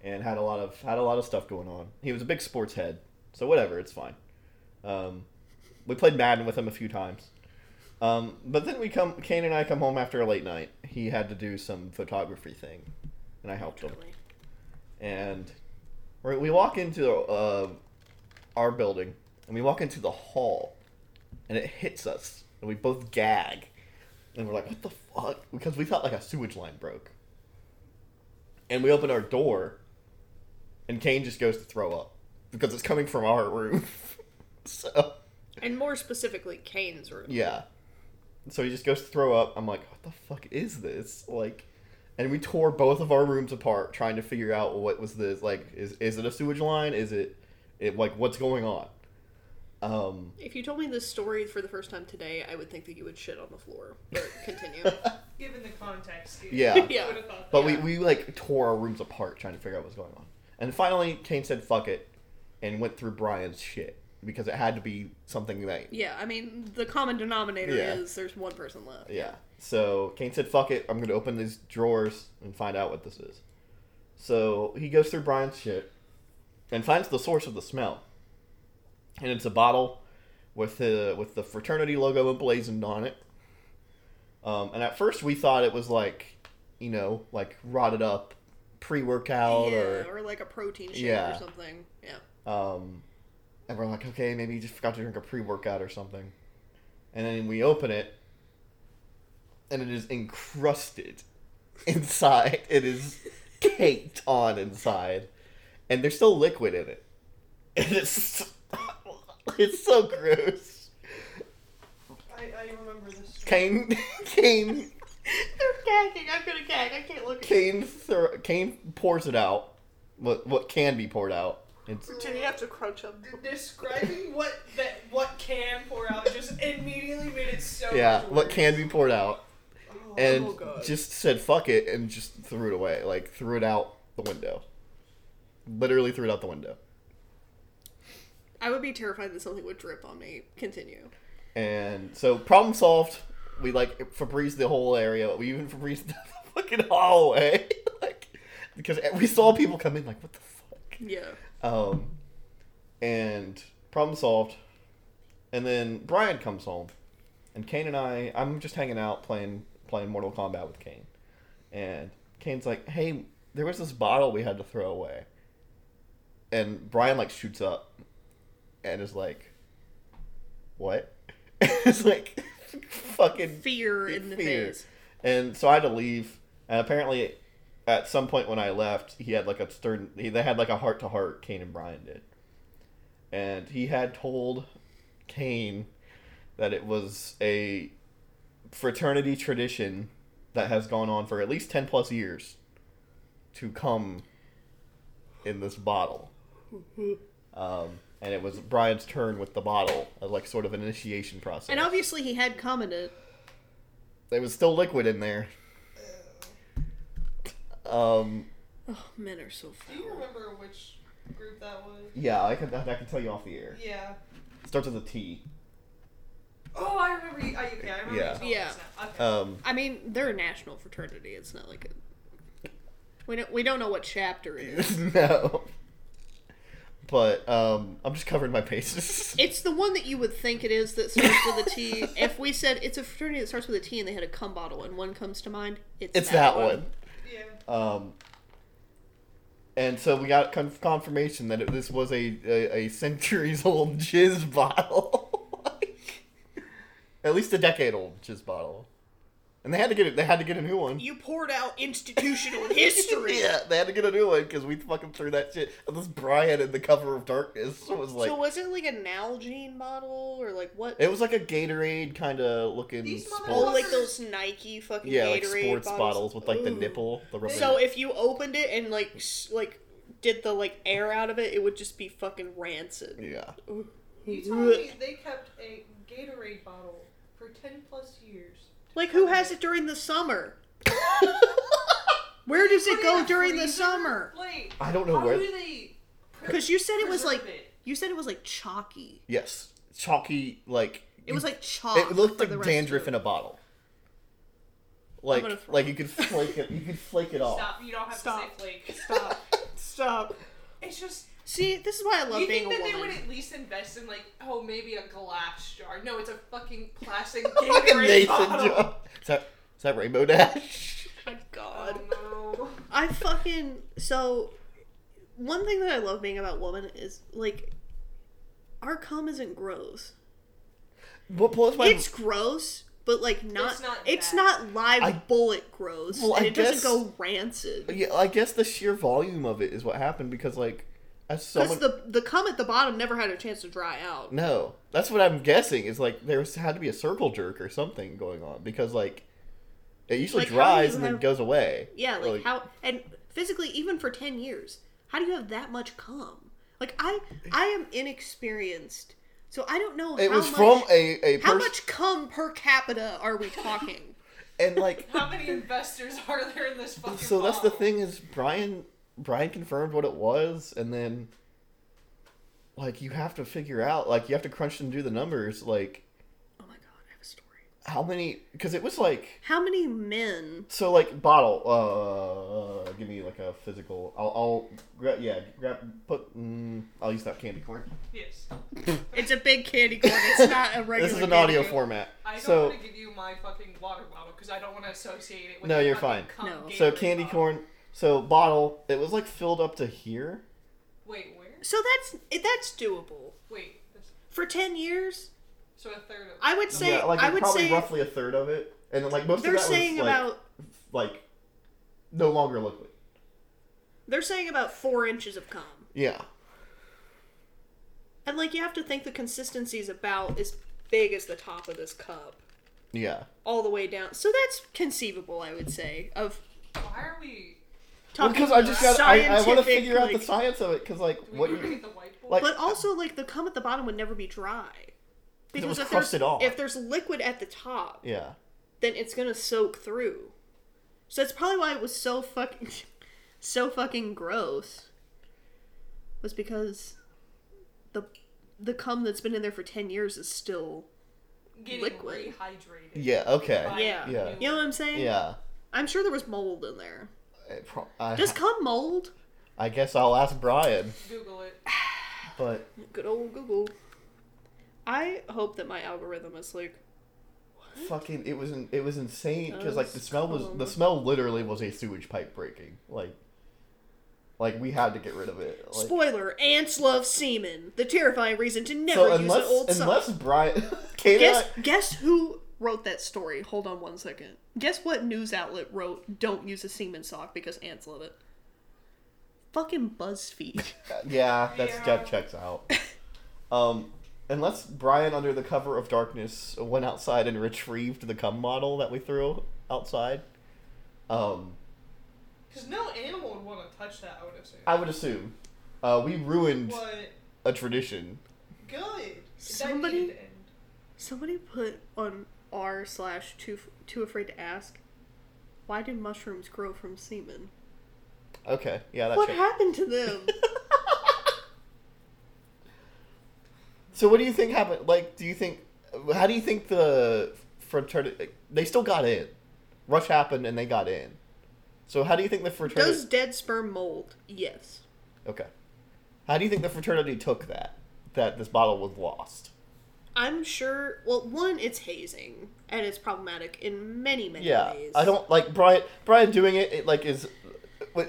S1: and had a lot of had a lot of stuff going on. He was a big sports head, so whatever, it's fine. Um, we played Madden with him a few times. Um, but then we come, Kane and I come home after a late night. He had to do some photography thing, and I helped him.
S2: Totally.
S1: And we we walk into uh, our building, and we walk into the hall, and it hits us, and we both gag, and we're like, "What the fuck?" Because we thought like a sewage line broke. And we open our door, and Kane just goes to throw up because it's coming from our roof. so.
S2: And more specifically, Kane's room.
S1: Yeah. So he just goes to throw up. I'm like, what the fuck is this? Like, and we tore both of our rooms apart trying to figure out what was this. Like, is is it a sewage line? Is it, it like what's going on? Um,
S2: If you told me this story for the first time today, I would think that you would shit on the floor. But continue.
S3: Given the context, dude.
S1: Yeah.
S2: Yeah.
S3: Would've thought
S1: but
S3: that.
S1: we we like tore our rooms apart trying to figure out what's going on. And finally, Kane said fuck it, and went through Brian's shit because it had to be something that
S2: yeah, I mean, the common denominator
S1: Yeah.
S2: is there's one person left.
S1: Yeah. So Kane said, "Fuck it, I'm gonna open these drawers and find out what this is." So he goes through Brian's shit and finds the source of the smell, and it's a bottle with the with the fraternity logo emblazoned on it. Um, and at first we thought it was like, you know, like rotted up pre-workout
S2: Yeah,
S1: or
S2: or like a protein shake
S1: Yeah.
S2: or something. Yeah.
S1: um, and we're like, okay, maybe you just forgot to drink a pre workout or something. And then we open it, and it is encrusted inside. It is caked on inside, and there's still liquid in it. And it's so, it's so gross.
S3: I, I remember this. story.
S1: Kane, Kane,
S2: They're gagging. I'm gonna gag. I can't look.
S1: Kane, thro- Kane pours it out. What what can be poured out? It's
S2: Dude, you have to crunch them.
S3: D- Describing what that what can pour out just immediately made it so.
S1: yeah.
S3: much
S1: What
S3: worse.
S1: can be poured out?
S3: Oh,
S1: and
S3: God.
S1: just said fuck it and just threw it away like threw it out the window literally threw it out the window
S2: I would be terrified that something would drip on me. Continue.
S1: and so problem solved we like Febreze the whole area we even Febreze the fucking hallway like because we saw people come in like what the fuck
S2: Yeah.
S1: um and problem solved and then Brian comes home and Kane and I I'm just hanging out playing playing Mortal Kombat with Kane and Kane's like hey there was this bottle we had to throw away and Brian like shoots up and is like what it's like fucking
S2: Fear in the
S1: Fear.
S2: face.
S1: and so I had to leave. And apparently, at some point when I left, he had like a stern. He, they had like a heart to heart. Kane and Brian did, and he had told Kane that it was a fraternity tradition that has gone on for at least ten plus years to come in this bottle.
S2: Mm-hmm.
S1: Um, and it was Brian's turn with the bottle as like sort of an initiation process.
S2: And obviously he had commented.
S1: There was still liquid in there. Um,
S2: Oh, men are so
S3: Do you
S2: foul.
S3: remember which group that was?
S1: yeah, I can, I can tell you off the air.
S3: Yeah.
S1: It starts with a T.
S3: Oh, I remember. You, oh, okay, I remember.
S1: Yeah.
S3: You told
S2: Yeah.
S3: us now. Okay.
S1: Um,
S2: I mean, they're a national fraternity. It's not like a. We don't, we don't know what chapter it is.
S1: no. But um, I'm just covering my bases.
S2: It's the one that you would think it is that starts with a T. if we said it's a fraternity that starts with a T and they had a cum bottle and one comes to mind, it's,
S1: It's that one.
S3: yeah.
S1: Um, and so we got con- confirmation that it, this was a, a, a centuries old jizz bottle, like, at least a decade old jizz bottle, and they had to get it. They had to get a new one.
S2: You poured out institutional history.
S1: Yeah, they had to get a new one because we fucking threw that shit. And this Brian in the cover of darkness was like,
S2: so was it like a Nalgene bottle or like what?
S1: it was like a Gatorade kind of looking.
S3: These
S1: sports-
S2: Oh,
S3: motherfuckers-
S2: like those Nike fucking
S1: yeah, like
S2: Gatorade
S1: sports bottles, with like the
S2: Ooh.
S1: nipple, the rubber.
S2: So if you opened it and like s- like did the like air out of it, it would just be fucking rancid.
S1: yeah,
S3: You told me they kept a Gatorade bottle for ten plus years.
S2: Like who has it during the summer? Where does it
S3: Put in
S2: go
S3: a
S2: during the
S3: freezer?
S2: summer?
S3: Like,
S1: I don't know
S3: how
S1: where-
S3: do they
S2: Because you said it was like
S4: Preserve it.
S2: you said it was like chalky.
S1: Yes, chalky like
S2: It
S1: you-
S2: was like chalk.
S1: it looked
S2: for
S1: like
S2: the rest
S1: dandruff
S2: of it.
S1: in a bottle. Like
S2: gonna throw
S1: like you could flake it, you could flake it off.
S4: Stop. You don't have
S3: Stop.
S4: to say flake.
S3: Stop.
S2: Stop.
S3: It's just.
S2: See, this is why I love
S3: you
S2: being
S3: think that
S2: a
S3: they
S2: woman.
S3: would at least invest in like, oh, maybe a glass jar? No, it's a fucking plastic
S1: Fucking
S3: Gatorade
S1: Nathan
S3: bottle.
S1: Jones. Is that, is that Rainbow Dash?
S2: My God.
S3: Oh no.
S2: I fucking so. One thing that I love being about women is like, our cum isn't gross.
S1: Well, plus my,
S2: it's gross, but like not.
S3: It's not
S2: It's
S3: bad.
S2: not live
S1: I-
S2: bullet gross,
S1: Well,
S2: and
S1: I
S2: it
S1: guess-
S2: doesn't go rancid.
S1: yeah, I guess the sheer volume of it is what happened because like as someone
S2: Because the the cum at the bottom never had a chance to dry out.
S1: no, that's what I'm guessing is like there was, had to be a circle jerk or something going on because like it usually
S2: Like, how do
S1: dries
S2: you
S1: and then
S2: have-
S1: goes away.
S2: Yeah, like,
S1: Or, like-
S2: how and physically even for 10 years, how do you have that much cum? Like I I am inexperienced. So I don't know
S1: It
S2: how
S1: was
S2: much,
S1: from a a
S2: how
S1: person
S2: much cum per capita are we talking?
S1: and like
S3: How many investors are there in this fucking?
S1: so that's the
S3: bottle?
S1: thing is Brian Brian confirmed what it was and then like you have to figure out like you have to crunch and do the numbers like
S2: oh my god, I have a story.
S1: how many because it was like
S2: How many men
S1: so like bottle uh give me like a physical I'll, I'll gra- yeah grab put mm, I'll use that candy corn
S3: Yes.
S2: It's a big candy corn. It's not a regular
S1: this is an
S2: candy
S1: audio
S2: corn.
S1: format
S3: I don't
S1: so
S3: want to give you my fucking water bottle because I don't want to associate it with.
S1: No,
S3: your
S1: you're
S3: fucking
S1: fine.
S3: cum
S2: No.
S3: Gatorade
S1: so candy
S3: bottle.
S1: corn so bottle it was like filled up to here
S3: Wait, where?
S2: So that's it- that's doable.
S3: Wait. That's...
S2: For 10 years,
S3: So a third of.
S2: I would say-
S1: yeah like
S2: I would
S1: probably
S2: say-
S1: roughly a third of it and then like most
S2: they're
S1: of that
S2: saying
S1: was like,
S2: about
S1: like no longer liquid.
S2: they're saying about 4 inches of cum.
S1: Yeah.
S2: And like you have to think the consistency is about as big as the top of this cup,
S1: Yeah.
S2: all the way down. So that's conceivable, I would say. Of
S3: Why are we?
S2: talking
S1: because I just got I, I want to
S2: scientific,
S1: figure out the
S2: like-
S1: science of it because like
S3: Do we
S1: what
S3: need to
S1: you,
S3: get the whiteboard?
S1: like-
S2: But also, like the cum at the bottom would never be dry.
S1: it was
S2: Because if
S1: crusted
S2: there's,
S1: off.
S2: if there's liquid at the top,
S1: yeah.
S2: then it's gonna soak through. So that's probably why it was so fucking, so fucking gross. Was because the the cum that's been in there for ten years is still
S3: getting
S2: liquid.
S3: rehydrated.
S1: Yeah. Okay.
S3: by
S2: Yeah.
S1: Yeah.
S3: new-
S2: you know what I'm saying?
S1: Yeah.
S2: I'm sure there was mold in there.
S1: It pro- I,
S2: Does cum mold?
S1: I guess I'll ask Brian,
S3: Google it.
S1: but
S2: Good old Google. I hope that my algorithm is like
S1: fucking it was in, it was insane because like the
S2: Does
S1: smell was the
S2: cum-
S1: smell literally was a sewage pipe breaking like like we had to get rid of it like,
S2: spoiler. Ants love semen. The terrifying reason to never
S1: so
S2: use an old
S1: unless unless
S2: sock.
S1: Brian Kate and
S2: Guess
S1: I-
S2: guess who wrote that story? Hold on one second. Guess what news outlet wrote? Don't use a semen sock because ants love it. Fucking BuzzFeed.
S1: Yeah, that's
S3: Yeah.
S1: that checks out. Um, unless Brian, under the cover of darkness, went outside and retrieved the cum model that we threw outside. Um,
S3: Because no animal would want to touch that. I would assume.
S1: I would assume uh, we ruined
S3: But
S1: a tradition.
S3: good.
S2: Somebody-
S3: That needed to end.
S2: Somebody put on r slash too too afraid to ask. Why do mushrooms grow from semen?
S1: Okay, yeah, that
S2: What
S1: checks.
S2: happened to them?
S1: so, what do you think happened? Like, do you think? How do you think the fraternity? They still got in. Rush happened, and they got in. So, how do you think the fraternity?
S2: Does dead sperm mold? Yes.
S1: Okay. How do you think the fraternity took that? That this bottle was lost?
S2: I'm sure. Well, one, it's hazing, and it's problematic in many, many
S1: Yeah.
S2: ways.
S1: I don't like Brian. Brian doing it. It like is.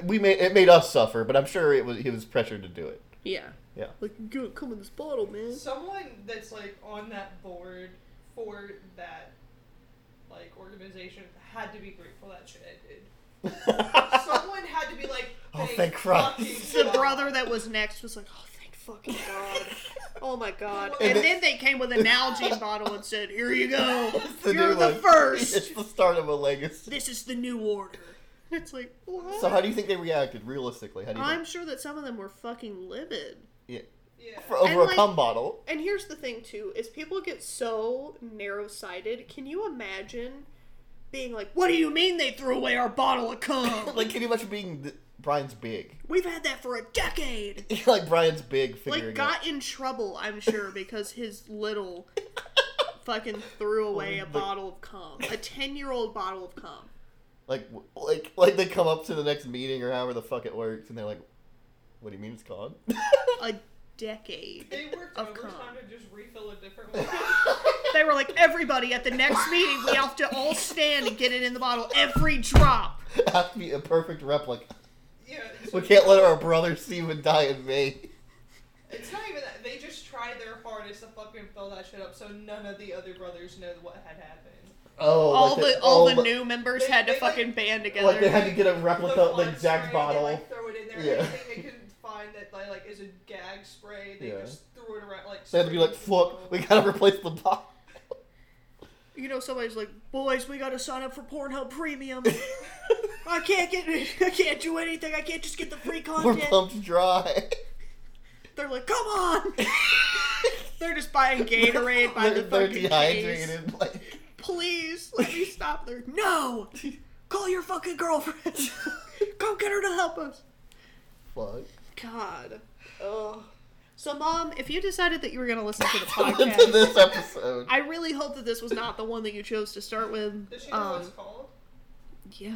S1: We made it made us suffer, but I'm sure it was he was pressured to do it.
S2: Yeah.
S1: Yeah.
S2: Like, go come in this bottle, man.
S3: someone that's like on that board for that like organization had to be grateful that shit ended. Someone had to be like,
S1: Oh,
S3: thank,
S1: thank Christ."
S2: The
S3: fucking God."
S2: brother that was next was like, "Oh, thank fucking god! Oh my god!"
S3: And
S2: And,
S1: then-
S2: then they came with an Nalgene bottle and said, "Here you go.
S1: It's
S2: You're
S1: new
S2: the
S1: one. It's
S2: first.
S1: the start of a legacy.
S2: This is the new order." And It's like, what?
S1: So how do you think they reacted realistically? How do you
S2: I'm
S1: think,
S2: sure that some of them were fucking livid.
S3: Yeah.
S1: for over
S2: and,
S1: a
S2: like-
S1: cum bottle?
S2: And here's the thing too is people get so narrow-sighted. Can you imagine being like, "What do you mean they threw away our bottle of cum?"
S1: Like can you imagine being th- Brian's big.
S2: We've had that for a decade.
S1: like Brian's big figuring
S2: Like
S1: out-
S2: got in trouble, I'm sure, because his little fucking
S1: Oh,
S2: threw away a
S1: Like-
S2: bottle of cum, a ten year old bottle of cum.
S1: like w- like like they come up to the next meeting or however the fuck it works, and they're like, "What do you mean it's gone?"
S2: A decade.
S3: They worked
S2: Of
S3: overtime
S2: con.
S3: to just refill a different one.
S2: They were like, everybody at the next meeting, we have to all stand and get it in the bottle, every drop.
S1: Have to be a perfect replica.
S3: yeah, it's
S1: We
S3: just-
S1: can't let our brother Steven die in vain.
S3: It's not even that. They just tried their hardest to fucking fill that shit up so none of the other brothers know what had happened.
S1: Oh,
S2: All
S1: like
S2: the
S1: they- oh,
S2: all the
S1: li-
S2: new members
S3: They-
S2: had to
S3: they, like-
S2: fucking band
S1: Like they
S2: together.
S1: had to get a replica of the
S3: blood
S1: exact
S3: spray,
S1: bottle.
S3: They, like, throw it in there.
S1: Yeah.
S3: Anything they couldn't find that like, like is a gag spray. They
S1: Yeah.
S3: just threw it around. Like
S1: they had to be like, "Fuck, we gotta replace the bottle."
S2: You know, somebody's like, boys, we gotta sign up for Pornhub Premium. I can't get, I can't do anything. I can't just get the free
S1: We're
S2: content.
S1: pumped dry.
S2: They're like, come on. They're just buying Gatorade by
S1: they're,
S2: the
S1: they're
S2: fucking case.
S1: dehydrated. Like,
S2: Please let me stop there. No! Call your fucking girlfriend. Come get her to help us.
S1: fuck.
S2: God. Ugh. So, Mom, if you decided that you were going to listen to the
S1: Listen to
S2: podcast,
S1: this episode.
S2: I really hope that this was not the one that you chose to start with.
S3: Does she know what
S2: Um,
S3: it's called? Oh,
S2: yeah,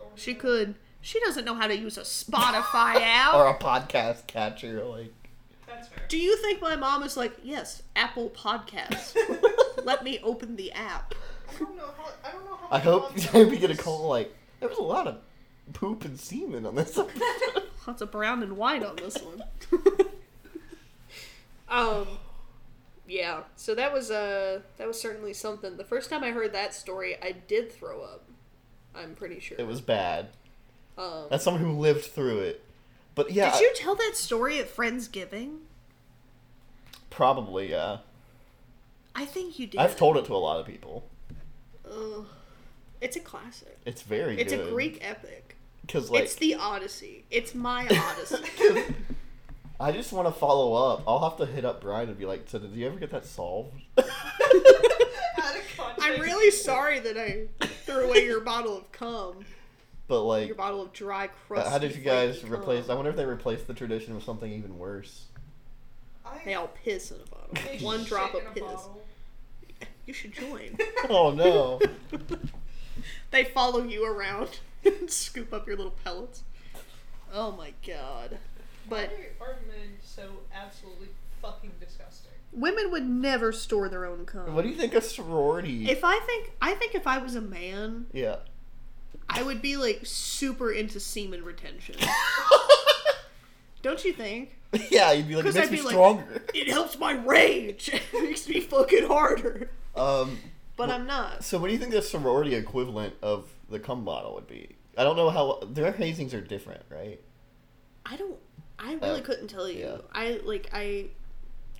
S3: Or-
S2: she could. She doesn't know how to use a Spotify app.
S1: or a podcast catcher, like.
S3: That's fair.
S2: Do you think my mom is like, yes, Apple Podcasts. Let me open the app.
S3: I don't know how. I don't know how.
S1: I hope I
S3: much
S1: hope you get a
S3: contact-
S1: call like there was a lot of poop and semen on this.
S2: Lots of brown and white on this one. um, yeah. So that was uh that was certainly something. The first time I heard that story, I did throw up. I'm pretty sure.
S1: it was bad.
S2: um,
S1: That's someone who lived through it. But yeah,
S2: Did you tell that story at Friendsgiving?
S1: probably yeah.
S2: I think you did.
S1: I've told it to a lot of people.
S2: Ugh. it's a classic.
S1: It's very
S2: It's
S1: good.
S2: a Greek epic.
S1: because like
S2: it's the Odyssey. It's my Odyssey.
S1: 'cause I just want to follow up. I'll have to hit up Brian and be like, "So did you ever get that solved?"
S3: Out of context.
S2: I'm really sorry that I threw away your bottle of cum,
S1: but like, uh,
S2: your bottle of dry crust.
S1: how did you guys replace? I wonder if they replaced the tradition with something even worse.
S3: I,
S2: They all piss in a bottle.
S3: they
S2: One
S3: shit
S2: drop of
S3: in a
S2: piss.
S3: bottle.
S2: You should join.
S1: Oh no!
S2: they follow you around and scoop up your little pellets. Oh my god. But
S3: Why are men so absolutely fucking disgusting?
S2: women would never store their own cum.
S1: what do you think of sorority?
S2: if I think I think if I was a man,
S1: yeah.
S2: I would be like super into semen retention. Don't you think?
S1: Yeah, you'd be like, it
S2: 'Cause
S1: makes
S2: I'd
S1: me
S2: be like-
S1: stronger.
S2: It helps my rage. it makes me fucking harder.
S1: Um,
S2: But I'm not.
S1: so what do you think the sorority equivalent of the cum bottle would be? I don't know how their hazings are different, right?
S2: I don't I really
S1: Uh,
S2: couldn't tell you.
S1: yeah.
S2: I like I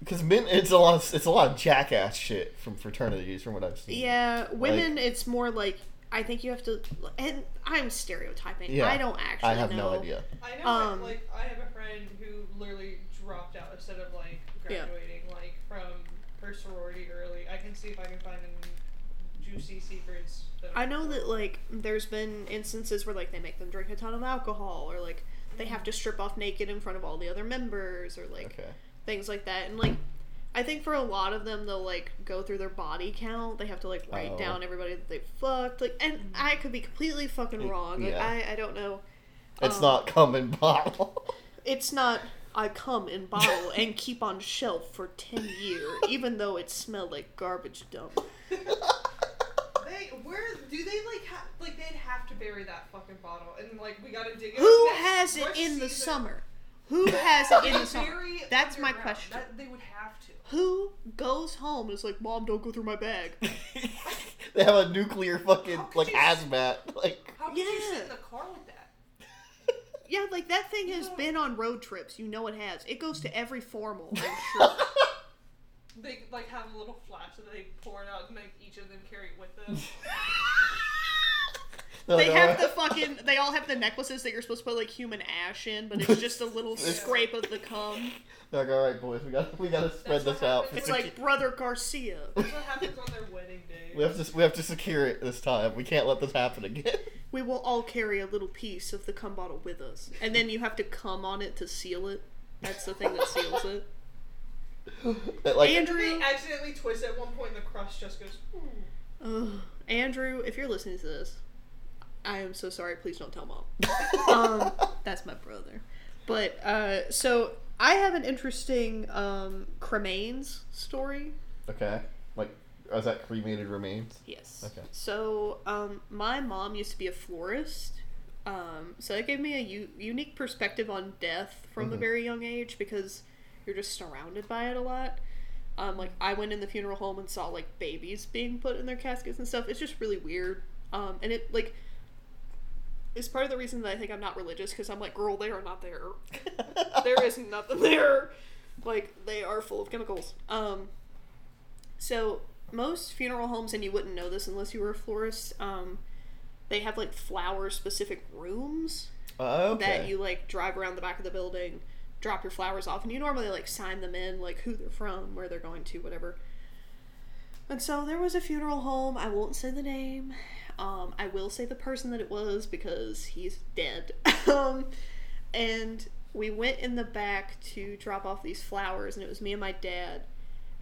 S1: Because men, it's a lot. Of, it's a lot of jackass shit from fraternities, from what I've seen.
S2: Yeah, women. it's more like I think you have to. And I'm stereotyping.
S1: Yeah,
S2: I don't actually.
S1: I have
S2: know.
S1: no idea.
S3: I know,
S2: Um,
S3: like, like, I have a friend who literally dropped out instead of like
S2: Yeah.
S3: graduating, like from her sorority early. I can see if I can find any juicy secrets. That
S2: I know that like there's been instances where like they make them drink a ton of alcohol or like they have to strip off naked in front of all the other members or like
S1: Okay.
S2: things like that and like I think for a lot of them they'll like go through their body count. They have to like write
S1: Oh.
S2: down everybody that they fucked. Like and
S3: Mm-hmm.
S2: I could be completely fucking
S1: Y-
S2: wrong. Like
S1: yeah.
S2: I I don't know.
S1: It's
S2: Um,
S1: not cum in bottle.
S2: It's not I come in bottle and keep on shelf for ten year, even though it smelled like garbage dump.
S3: they where do they like ha- like they'd have to bury that fucking bottle and like we gotta dig it.
S2: Who
S3: up.
S2: has it
S3: Rush
S2: in the
S3: season,
S2: summer? Who has it
S3: they
S2: in the summer?
S3: bury it
S2: That's my
S3: underground.
S2: question.
S3: That, they would have to.
S2: Who goes home and is like, Mom, don't go through my bag?
S1: they have a nuclear fucking
S3: How could
S1: like
S3: you-
S1: hazmat. Like
S3: How could you sit
S2: Yeah.
S3: in the car with that?
S2: Yeah, like that thing has
S3: Yeah.
S2: been on road trips. You know it has. It goes to every formal. I'm sure.
S3: They like have a little flask that they pour it out and make each of them carry it with them.
S1: They're
S2: They
S1: like,
S2: have the
S1: "Alright."
S2: fucking. They all have the necklaces that you're supposed to put like human ash in, but it's just a little
S1: It's-
S2: scrape of the cum.
S1: They're like, all right, boys, we got we got to spread
S3: That's
S1: this
S3: what
S1: out.
S3: happened.
S2: It's like Brother Garcia.
S3: That's what happens on their wedding day.
S1: we have to we have to secure it this time. We can't let this happen again.
S2: We will all carry a little piece of the cum bottle with us, and then you have to cum on it to seal it. That's the thing that seals it.
S1: That, like
S2: And-
S3: Andrew accidentally twists at one point, and the crust just goes. "Hmm, "Ooh."
S2: Ugh. Andrew, if you're listening to this, I am so sorry. Please don't tell mom. um, that's my brother. But uh, so I have an interesting um, cremains story.
S1: okay, like is that cremated remains?
S2: Yes.
S1: Okay.
S2: So um, my mom used to be a florist. Um, so that gave me a u- unique perspective on death from a
S1: Mhm.
S2: very young age because you're just surrounded by it a lot. Um, like I went in the funeral home and saw like babies being put in their caskets and stuff. It's just really weird. Um, and it like is part of the reason that I think I'm not religious because I'm like, girl, they are not there. there is nothing there. Like they are full of chemicals. Um, so most funeral homes, and you wouldn't know this unless you were a florist. Um, they have like flower specific rooms
S1: Uh, Oh, okay.
S2: that you like drive around the back of the building, drop your flowers off, and you normally like sign them in, like who they're from, where they're going to, whatever. And so there was a funeral home. I won't say the name. Um, I will say the person that it was because he's dead. um, and we went in the back to drop off these flowers, and it was me and my dad.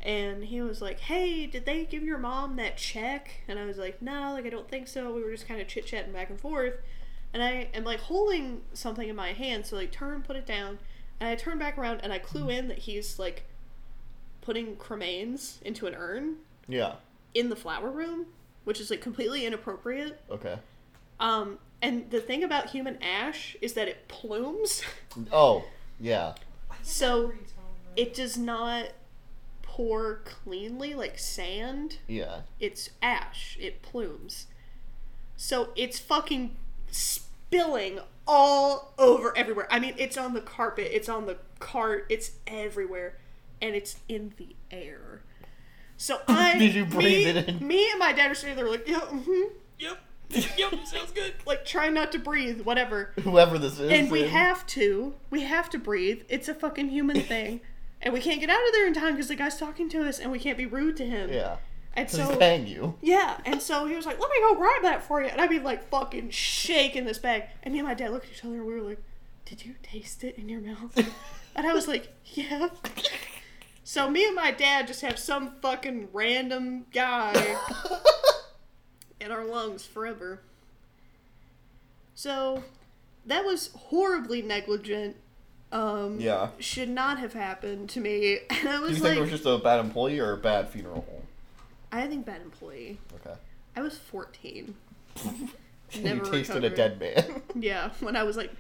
S2: And he was like, "Hey, did they give your mom that check?" And I was like, "No, like I don't think so." We were just kind of chit chatting back and forth and I am like holding something in my hand, so like turn, put it down, and I turn back around and I clue in that he's like putting cremains into an urn
S1: yeah.
S2: in the flower room, which is like completely inappropriate.
S1: Okay.
S2: Um, and the thing about human ash is that it plumes,
S1: Oh yeah.
S3: I think
S2: So,
S3: every time, right?
S2: it does not pour cleanly like sand.
S1: Yeah.
S2: It's ash. It plumes. So it's fucking spilling all over everywhere. I mean, it's on the carpet, it's on the cart, it's everywhere, and it's in the air. So I
S1: Did you breathe
S2: me,
S1: it in?
S2: Me and my dad are sitting there like, yeah, mm-hmm, yep, yep, sounds good. Like trying not to breathe, whatever.
S1: Whoever this is.
S2: And we
S1: then-
S2: have to, we have to breathe. It's a fucking human thing, and we can't get out of there in time because the guy's talking to us, and we can't be rude to him.
S1: Yeah.
S2: and
S1: So
S2: so
S1: paying you.
S2: yeah, and so he was like, "Let me go grab that for you," and I'd be like, "Fucking shaking this bag." And me and my dad looked at each other, and we were like, "Did you taste it in your mouth?" and I was like, "Yeah." So me and my dad just have some fucking random guy in our lungs forever. So that was horribly negligent. Um,
S1: Yeah.
S2: should not have happened to me. And I
S1: Do you
S2: was
S1: think
S2: like,
S1: it was just a bad employee or a bad funeral home?
S2: I think bad employee.
S1: Okay.
S2: I was 14.
S1: And
S2: Never
S1: you tasted
S2: recovered.
S1: a dead man.
S2: Yeah, when I was like,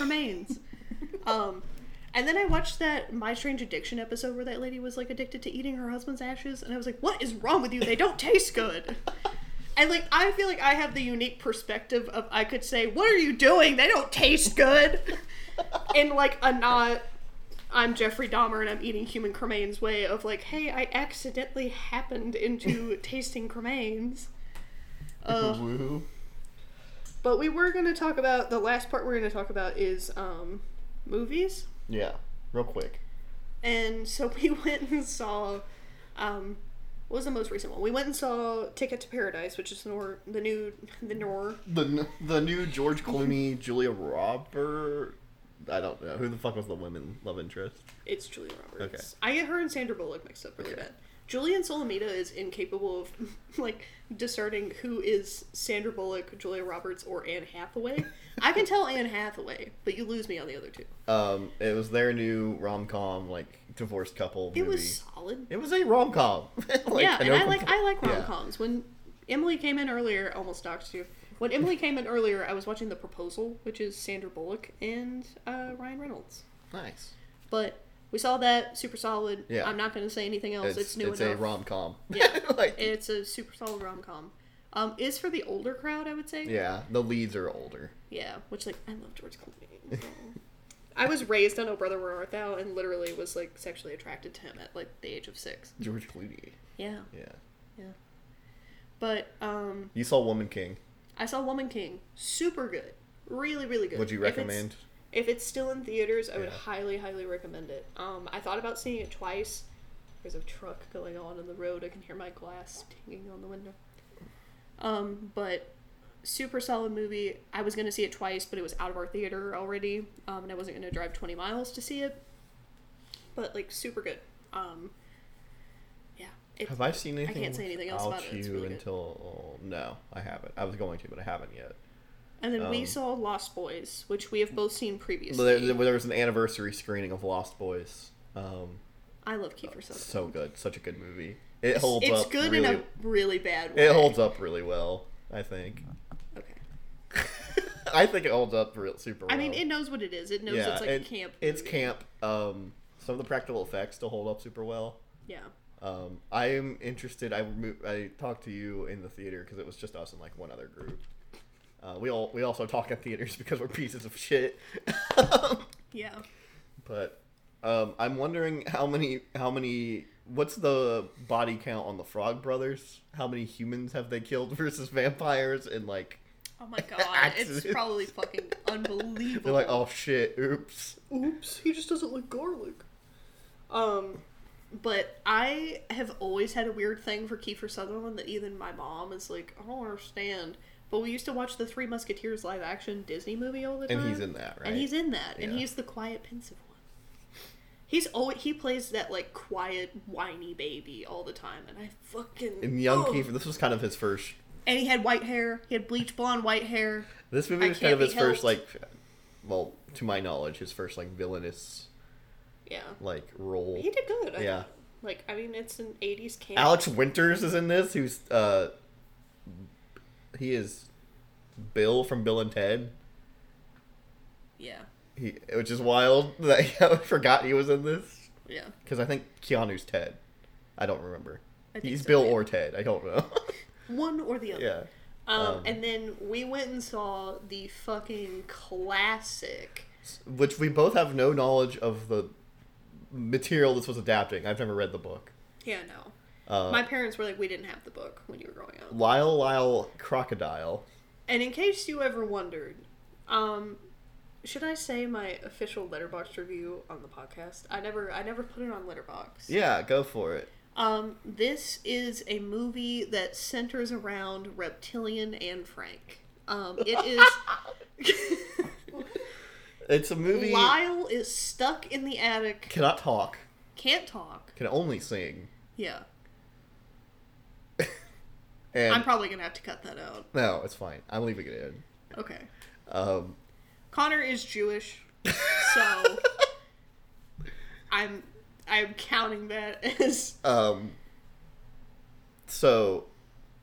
S2: remains. um, and then I watched that My Strange Addiction episode where that lady was like addicted to eating her husband's ashes, and I was like, what is wrong with you? They don't taste good. And like, I feel like I have the unique perspective of I could say, what are you doing? They don't taste good. In like a not. I'm Jeffrey Dahmer and I'm eating human cremains way of like, hey, I accidentally happened into tasting cremains. Ugh.
S1: Woo.
S2: But we were going to talk about the last part we're going to talk about is um, movies.
S1: Yeah. Real quick.
S2: And so we went and saw um, what was the most recent one? We went and saw Ticket to Paradise, which is the nor- the new the nor
S1: The n- the new George Clooney, Julia Robert. I don't know who the fuck was the women love interest.
S2: it's Julia Roberts. I get her and Sandra Bullock mixed up really bad. Julian Solomita is incapable of like discerning who is Sandra Bullock, Julia Roberts, or Anne Hathaway. I can tell Anne Hathaway, but you lose me on the other two.
S1: Um, it was their new rom com like divorced couple
S2: It
S1: movie.
S2: was solid.
S1: It was a rom com.
S2: yeah, and I like I like rom coms. When Emily came in earlier, almost doxed you. When Emily came in earlier, I was watching The Proposal, which is Sandra Bullock and uh, Ryan Reynolds.
S1: Nice.
S2: But we saw that super solid.
S1: Yeah.
S2: I'm not going to say anything else. It's, new
S1: it's
S2: enough.
S1: a rom com.
S2: Yeah.
S1: like,
S2: it's a super solid rom com. Um, is for the older crowd, I would say.
S1: yeah. The leads are older.
S2: Yeah, which like I love George Clooney. so. I was raised on Oh Brother Where Art Thou, and literally was like sexually attracted to him at like the age of six.
S1: George Clooney.
S2: Yeah,
S1: Yeah.
S2: but um,
S1: You saw Woman King.
S2: I saw Woman King. Super good. Really, really good.
S1: Would you
S2: If it's-
S1: recommend?
S2: If it's, still in theaters, I would
S1: Yeah.
S2: highly, highly recommend it. Um, I thought about seeing it twice. There's a truck going on in the road. I can hear my glass dinging on the window. Um, but super solid movie. I was gonna see it twice, but it was out of our theater already, um, and I wasn't gonna drive 20 miles to see it. But like super good. Um, yeah. It,
S1: Have I seen
S2: can't
S1: anything?
S2: say anything else
S1: without
S2: about it. It's
S1: you
S2: really good.
S1: until no, I haven't. I was going to, but I haven't yet.
S2: and then we
S1: um,
S2: saw Lost Boys, which we have both seen previously.
S1: There, there was an anniversary screening of Lost Boys. Um,
S2: I love Kiefer Sutherland.
S1: so good, such a good movie. It holds
S2: it's
S1: up.
S2: good
S1: really,
S2: in a really bad way.
S1: It holds up really well, I think.
S2: Okay.
S1: I think it holds up real super.
S2: I
S1: Well.
S2: mean, it knows what it is. It knows it's like
S1: it-
S2: a camp.
S1: It's
S2: movie.
S1: camp. Um, some of the practical effects still hold up super well.
S2: Yeah.
S1: Um, I am interested. I remo- I talked to you in the theater because it was just us and like one other group. Uh, we all we also talk at theaters because we're pieces of shit.
S2: Yeah.
S1: but um, I'm wondering how many how many what's the body count on the Frog Brothers? How many humans have they killed versus vampires? And like
S2: Oh my god, it's
S1: Accidents.
S2: probably fucking unbelievable.
S1: they're like, oh shit, oops.
S2: oops, he just doesn't like garlic. Um, but I have always had a weird thing for Kiefer Sutherland that even my mom is like, I don't understand. But we used to watch the Three Musketeers live action Disney movie all the time.
S1: And he's in that, right?
S2: And he's in that, and
S1: Yeah.
S2: he's the quiet, pensive one. He's always he plays that like quiet, whiny baby all the time, and I fucking
S1: and young
S2: Ugh.
S1: Kiefer. This was kind of his first.
S2: And he had white hair. He had bleach blonde white hair.
S1: This movie
S2: I
S1: was kind of
S2: can't
S1: his
S2: be
S1: first
S2: helped.
S1: like, well, to my knowledge, his first like villainous
S2: Yeah,
S1: like role.
S2: he did good. I
S1: Yeah.
S2: thought. like I mean, it's an '80s camp.
S1: Alex Winters is in this. Who's uh, he is Bill from Bill and Ted.
S2: Yeah,
S1: He, which is wild that I forgot he was in this
S2: yeah.
S1: because I think Keanu's Ted. I don't remember.
S2: I think
S1: He's
S2: so,
S1: Bill
S2: yeah.
S1: or Ted. I don't know.
S2: One or the other.
S1: yeah,
S2: Um,
S1: Um,
S2: and then we went and saw the fucking classic.
S1: S- which we both have no knowledge of the material this was adapting. I've never read the book.
S2: Yeah, no.
S1: Uh,
S2: My parents were like, we didn't have the book when you were growing up.
S1: Lyle Lyle Crocodile.
S2: And in case you ever wondered, um, should I say my official Letterboxd review on the podcast? I never, I never put it on Letterboxd.
S1: Yeah, go for it.
S2: Um, this is a movie that centers around Reptilian and Frank. Um, it is.
S1: It's a movie.
S2: Lyle is stuck in the attic,
S1: Cannot talk.
S2: can't talk.
S1: Can only sing.
S2: Yeah.
S1: And
S2: I'm probably gonna have to cut that out.
S1: no, it's fine. I'm leaving it in.
S2: Okay.
S1: Um,
S2: Connor is Jewish, so I'm I'm counting that as
S1: um, so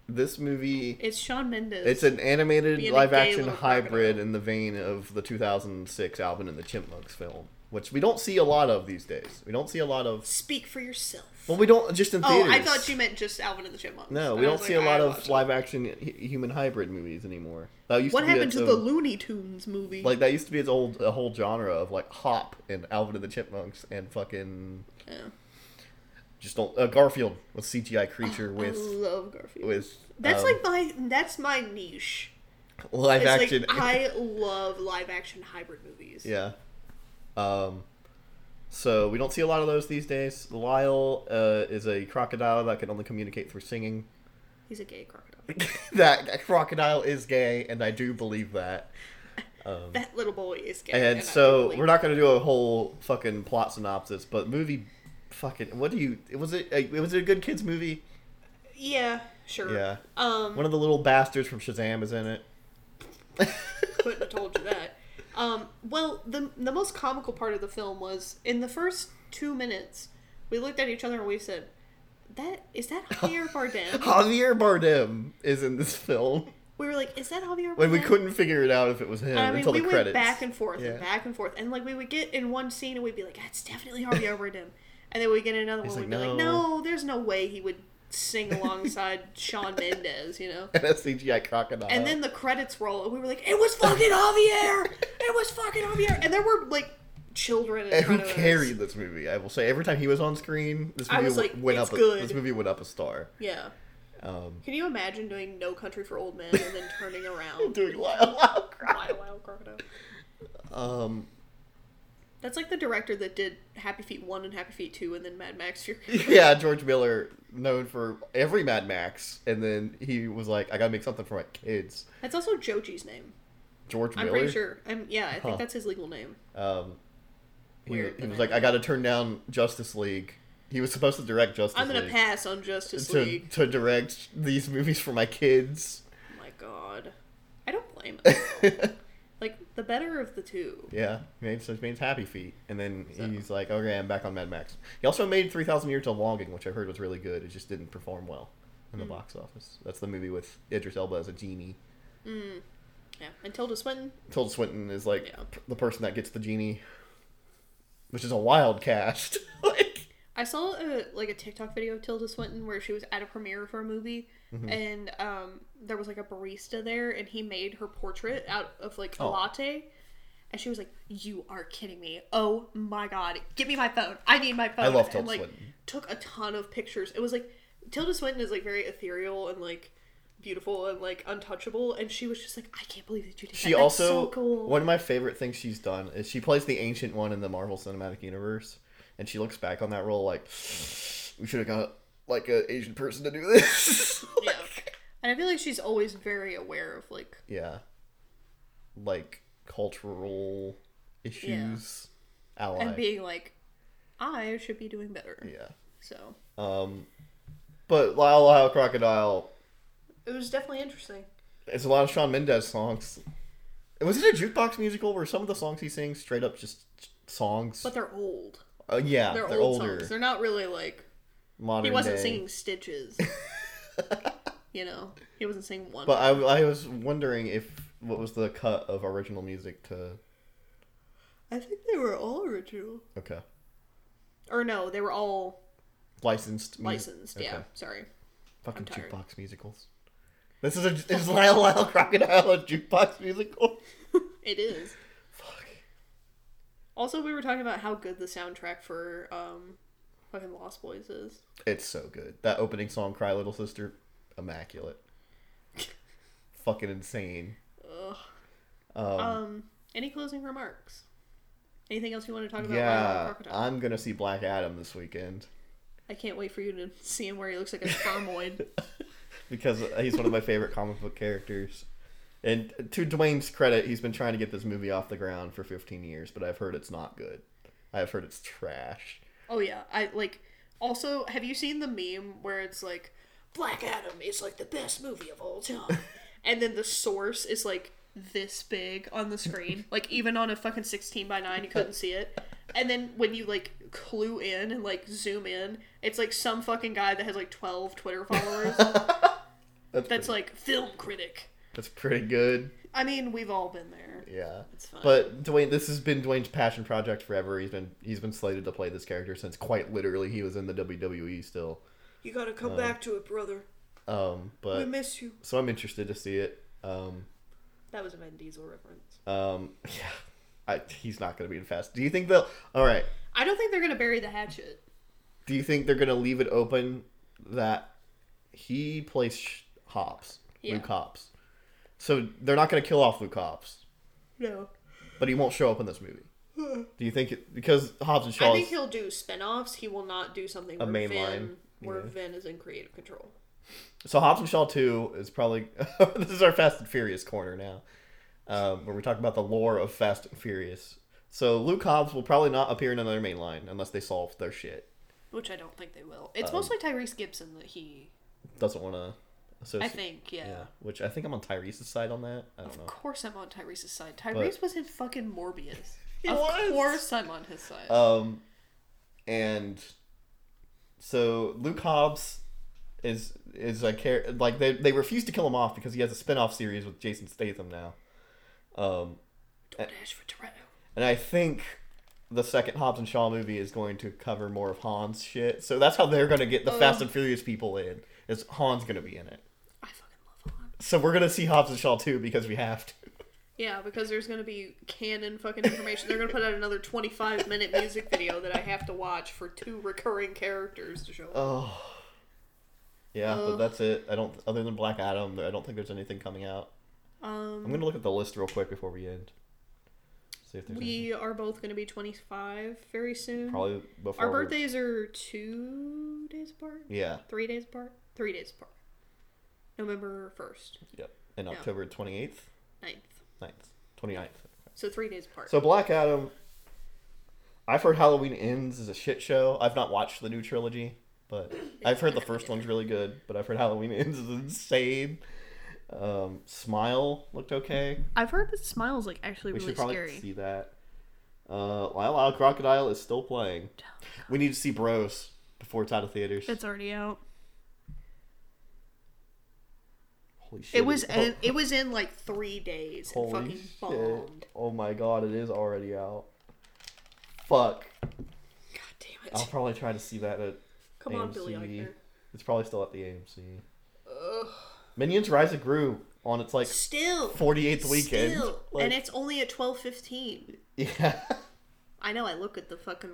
S1: this movie.
S2: it's Sean Mendes.
S1: It's an animated
S2: Being a
S1: live
S2: gay
S1: action
S2: little
S1: hybrid
S2: crocodile.
S1: in the vein of the 2006 Alvin and the Chipmunks film, which we don't see a lot of these days. We don't see a lot of.
S2: Speak for yourself.
S1: Well, we don't just in
S2: oh,
S1: theaters.
S2: I thought you meant just Alvin and the Chipmunks.
S1: No,
S2: And
S1: we
S2: I
S1: don't
S2: was
S1: see
S2: like,
S1: a lot
S2: I
S1: of
S2: watched
S1: live action hu- human hybrid movies anymore. That used
S2: What
S1: to be
S2: happened
S1: its
S2: to the
S1: own-
S2: Looney Tunes movie?
S1: Like that used to be its old a whole genre of like Hop and Alvin and the Chipmunks and fucking
S2: Yeah.
S1: just don't uh, Garfield with CGI creature
S2: I
S1: with
S2: love Garfield.
S1: with
S2: Oh. that's
S1: um,
S2: like my that's my niche.
S1: live
S2: It's
S1: action.
S2: like I love live action hybrid movies.
S1: yeah. Um, so we don't see a lot of those these days. Lyle uh, is a crocodile that can only communicate through singing.
S2: He's a gay crocodile.
S1: that, that crocodile is gay, and I do believe that. Um,
S2: That little boy is gay.
S1: and
S2: I
S1: so
S2: believe
S1: we're not going to do a whole fucking plot synopsis, but movie, fucking, what do you? Was it? uh, Was it a good kids movie?
S2: it. Yeah, sure.
S1: Yeah.
S2: Um,
S1: One of the little bastards from Shazam is in it.
S2: couldn't have told you that. Um, well, the the most comical part of the film was in the first two minutes, we looked at each other and we said, "That is that Javier Bardem?"
S1: Javier Bardem is in this film.
S2: We were like, "Is that Javier?" Bardem?
S1: When we couldn't figure it out if it was him
S2: And I mean,
S1: until
S2: we
S1: the
S2: went
S1: credits.
S2: back and forth
S1: Yeah.
S2: and back and forth, and like we would get in one scene and we'd be like, "That's definitely Javier Bardem," and then we get another
S1: He's
S2: one, and
S1: like,
S2: we'd be like,
S1: "No."
S2: "No, there's no way he would sing alongside Sean Mendez," you know.
S1: and a CGI crocodile.
S2: And then the credits roll, and we were like, "It was fucking Javier! It was fucking Javier!" And there were like children in
S1: And who
S2: front of us.
S1: carried this movie? I will say every time he was on screen, this
S2: I
S1: movie
S2: was like,
S1: went
S2: "It's
S1: up. A,
S2: good."
S1: this movie went up a star.
S2: Yeah,
S1: Um,
S2: Can you imagine doing No Country for Old Men and then turning around?
S1: doing loud, loud cry.
S2: Wild, wild crocodile.
S1: Um,
S2: That's like the director that did Happy Feet 1 and Happy Feet 2 and then Mad Max Fury.
S1: yeah, George Miller, known for every Mad Max, and then he was like, I gotta make something for my kids.
S2: That's also Joji's name.
S1: George
S2: I'm
S1: Miller.
S2: pretty sure. I'm, yeah, I think
S1: Huh.
S2: that's his legal name.
S1: Um, he,
S2: Weird,
S1: he was
S2: but
S1: like,
S2: I-
S1: I gotta turn down Justice League. He was supposed to direct Justice
S2: I'm gonna
S1: League.
S2: pass on Justice
S1: to,
S2: League.
S1: to direct these movies for my kids.
S2: Oh my god. I don't blame him. like, the better of the two.
S1: yeah, he made, so he made Happy Feet, and then
S2: So-
S1: he's like, "Okay, I'm back on Mad Max." He also made Three Thousand Years of Longing, which I heard was really good. It just didn't perform well in the
S2: Mm.
S1: box office. That's the movie with Idris Elba as a genie.
S2: Mm. Yeah. And Tilda Swinton?
S1: Tilda Swinton is like
S2: Yeah.
S1: the person that gets the genie, which is a wild cast. like,
S2: I saw a, like a TikTok video of Tilda Swinton where she was at a premiere for a movie,
S1: Mm-hmm.
S2: and um, there was like a barista there, and he made her portrait out of like a
S1: Oh.
S2: latte, and she was like, "You are kidding me! Oh my god, give me my phone! I need my phone!"
S1: I love
S2: and,
S1: Tilda
S2: like,
S1: Swinton.
S2: Took a ton of pictures. It was like Tilda Swinton is like very ethereal and like beautiful and like untouchable, and she was just like, "I can't believe that you did
S1: She
S2: that. That's
S1: also
S2: so cool."
S1: one of my favorite things she's done is she plays the ancient one in the Marvel Cinematic Universe, and she looks back on that role like we should have got like an Asian person to do this.
S2: yeah, and I feel like she's always very aware of like
S1: yeah, like cultural issues, ally.
S2: and being like, I should be doing better.
S1: yeah,
S2: So
S1: um, but Lyle Lyle Crocodile.
S2: it was definitely interesting.
S1: It's a lot of Sean Mendez songs. Was it a jukebox musical where some of the songs he sings straight up just songs?
S2: But they're old.
S1: Uh, yeah,
S2: They're,
S1: they're,
S2: old
S1: older.
S2: songs. They're not really like
S1: modern
S2: he wasn't
S1: day.
S2: singing stitches. you know, he wasn't singing one.
S1: But I, I was wondering if what was the cut of original music to
S2: I think they were all original.
S1: okay
S2: Or no, they were all
S1: licensed mu-
S2: licensed. Yeah,
S1: Mm, okay.
S2: sorry.
S1: fucking
S2: tired.
S1: jukebox musicals. This is a is Lyle Lyle Crocodile a jukebox musical?
S2: It is.
S1: Fuck.
S2: Also, we were talking about how good the soundtrack for um, fucking Lost Boys is.
S1: It's so good. That opening song, "Cry Little Sister," immaculate. fucking insane.
S2: Ugh.
S1: Um,
S2: Um, any closing remarks? Anything else you want to talk about? Lyle
S1: yeah,
S2: Crocodile?
S1: I'm gonna see Black Adam this weekend
S2: I can't wait for you to see him where he looks like a spermoid.
S1: because he's one of my favorite comic book characters. And to Dwayne's credit, he's been trying to get this movie off the ground for 15 years, but I've heard it's not good. I've heard it's trash.
S2: oh yeah, I like. Also, have you seen the meme where it's like Black Adam is like the best movie of all time, and then the source is like this big on the screen, like even on a fucking sixteen by nine, you couldn't see it. And then when you like clue in and like zoom in, it's like some fucking guy that has like twelve Twitter followers
S1: That's
S2: that's
S1: pretty,
S2: like film critic.
S1: that's pretty good.
S2: I mean, we've all been there.
S1: Yeah.
S2: It's fine.
S1: But Dwayne, this has been Dwayne's passion project forever. He's been he's been slated to play this character since quite literally he was in the WWE still.
S5: You gotta come
S2: Uh,
S1: Um,
S5: back to it, brother.
S1: Um,
S5: We
S1: but
S5: miss you.
S1: so I'm interested to see it. Um,
S2: that was a Vin Diesel reference.
S1: um, yeah, I, he's not going to be in Fast. Do you think they'll? All right.
S2: I don't think they're gonna bury the hatchet.
S1: Do you think they're going to leave it open that he plays Sh- Hobbs,
S2: Yeah.
S1: Luke Hobbs? So they're not going to kill off Luke Hobbs,
S2: No.
S1: but he won't show up in this movie. Do you think it, because Hobbs and Shaw?
S2: I think
S1: is-
S2: he'll do spin-offs. He will not do something
S1: A
S2: where
S1: main
S2: Vin,
S1: line,
S2: where
S1: yeah.
S2: Vin is in creative control.
S1: So Hobbs and Shaw 2 is probably this is our Fast and Furious corner now, um, where we talk about the lore of Fast and Furious. So Luke Hobbs will probably not appear in another main line unless they solve their shit.
S2: Which I don't think they will. It's
S1: Um,
S2: mostly Tyrese Gibson that he
S1: Doesn't want to associate.
S2: I think, yeah.
S1: Yeah, which I think I'm on Tyrese's side on that. I don't
S2: Of
S1: know.
S2: course I'm on Tyrese's side. Tyrese was in fucking Morbius. of
S1: was.
S2: course I'm on his side.
S1: Um, and so Luke Hobbs is is a char- like they they refuse to kill him off because he has a spin-off series with Jason Statham now. Um,
S2: Don't dash for Toretto.
S1: And I think the second Hobbs and Shaw movie is going to cover more of Han's shit. So that's how they're going to get the Fast and Furious people in. Is Han's going to be in it?
S2: I fucking love Han.
S1: So we're going to see Hobbs and Shaw too because we have to.
S2: Yeah, because there's gonna be canon fucking information. They're gonna put out another 25 minute music video that I have to watch for two recurring characters to show up.
S1: Oh, Yeah,
S2: Uh.
S1: but that's it. I don't. Other than Black Adam, I don't think there's anything coming out.
S2: Um,
S1: I'm gonna look at the list real quick before we end. See if there's anything.
S2: we are both going to be 25 very soon.
S1: probably before
S2: Our
S1: we're-
S2: birthdays are two days apart,
S1: Yeah,
S2: three days apart, three days apart. November 1st,
S1: in
S2: No.
S1: October 28th,
S2: 9th.
S1: 9th, 29th.
S2: So three days apart.
S1: So Black Adam. I've heard Halloween Ends is a shit show. I've not watched the new trilogy, but I've heard the first one's really good. But I've heard Halloween Ends is insane. Um, Smile looked okay.
S2: I've heard that Smile's like actually
S1: We
S2: really
S1: should probably
S2: scary.
S1: see that. Uh, Lyle Lyle Crocodile is still playing. We need to see Bros before it's out of theaters.
S2: Oh, It's already out.
S1: Holy shit!
S2: It was
S1: oh,
S2: in, it was in like three days and
S1: holy
S2: fucking
S1: shit.
S2: bombed.
S1: Oh my god, it is already out. Fuck!
S2: God damn it!
S1: I'll probably try to see that. At,
S2: Come on, Billy
S1: AMC.
S2: Eichner.
S1: it's probably still at the AMC.
S2: Ugh.
S1: Minions Rise of Gru on its like
S2: Still,
S1: 48th weekend.
S2: still,
S1: Like,
S2: and it's only at twelve fifteen.
S1: yeah.
S2: I know. I look at the fucking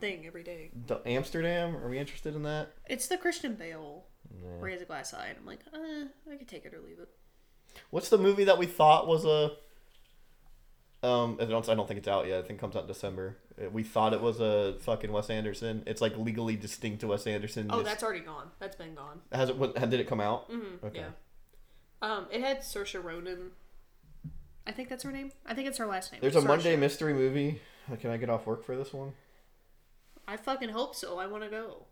S2: thing every day.
S1: D- Amsterdam. Are we interested in that?
S2: It's the Christian Bale
S1: Nah.
S2: where he has a glass eye, and I'm like, uh, I could take it or leave it.
S1: What's the movie that we thought was a? Um, I don't. I don't think it's out yet. I think it comes out in December. Uh, We thought it was a fucking Wes Anderson. It's like legally distinct to Wes Anderson.
S2: Oh,
S1: It's-
S2: that's already gone. That's been gone.
S1: has it. What, did it come out?
S2: Mm,
S1: Okay.
S2: Yeah. Um, it had Saoirse Ronan. I think that's her name. I think it's her last name.
S1: There's a
S2: Saoirse.
S1: Monday mystery movie. Uh, Can I get off work for this one?
S2: I fucking hope so. I want to go.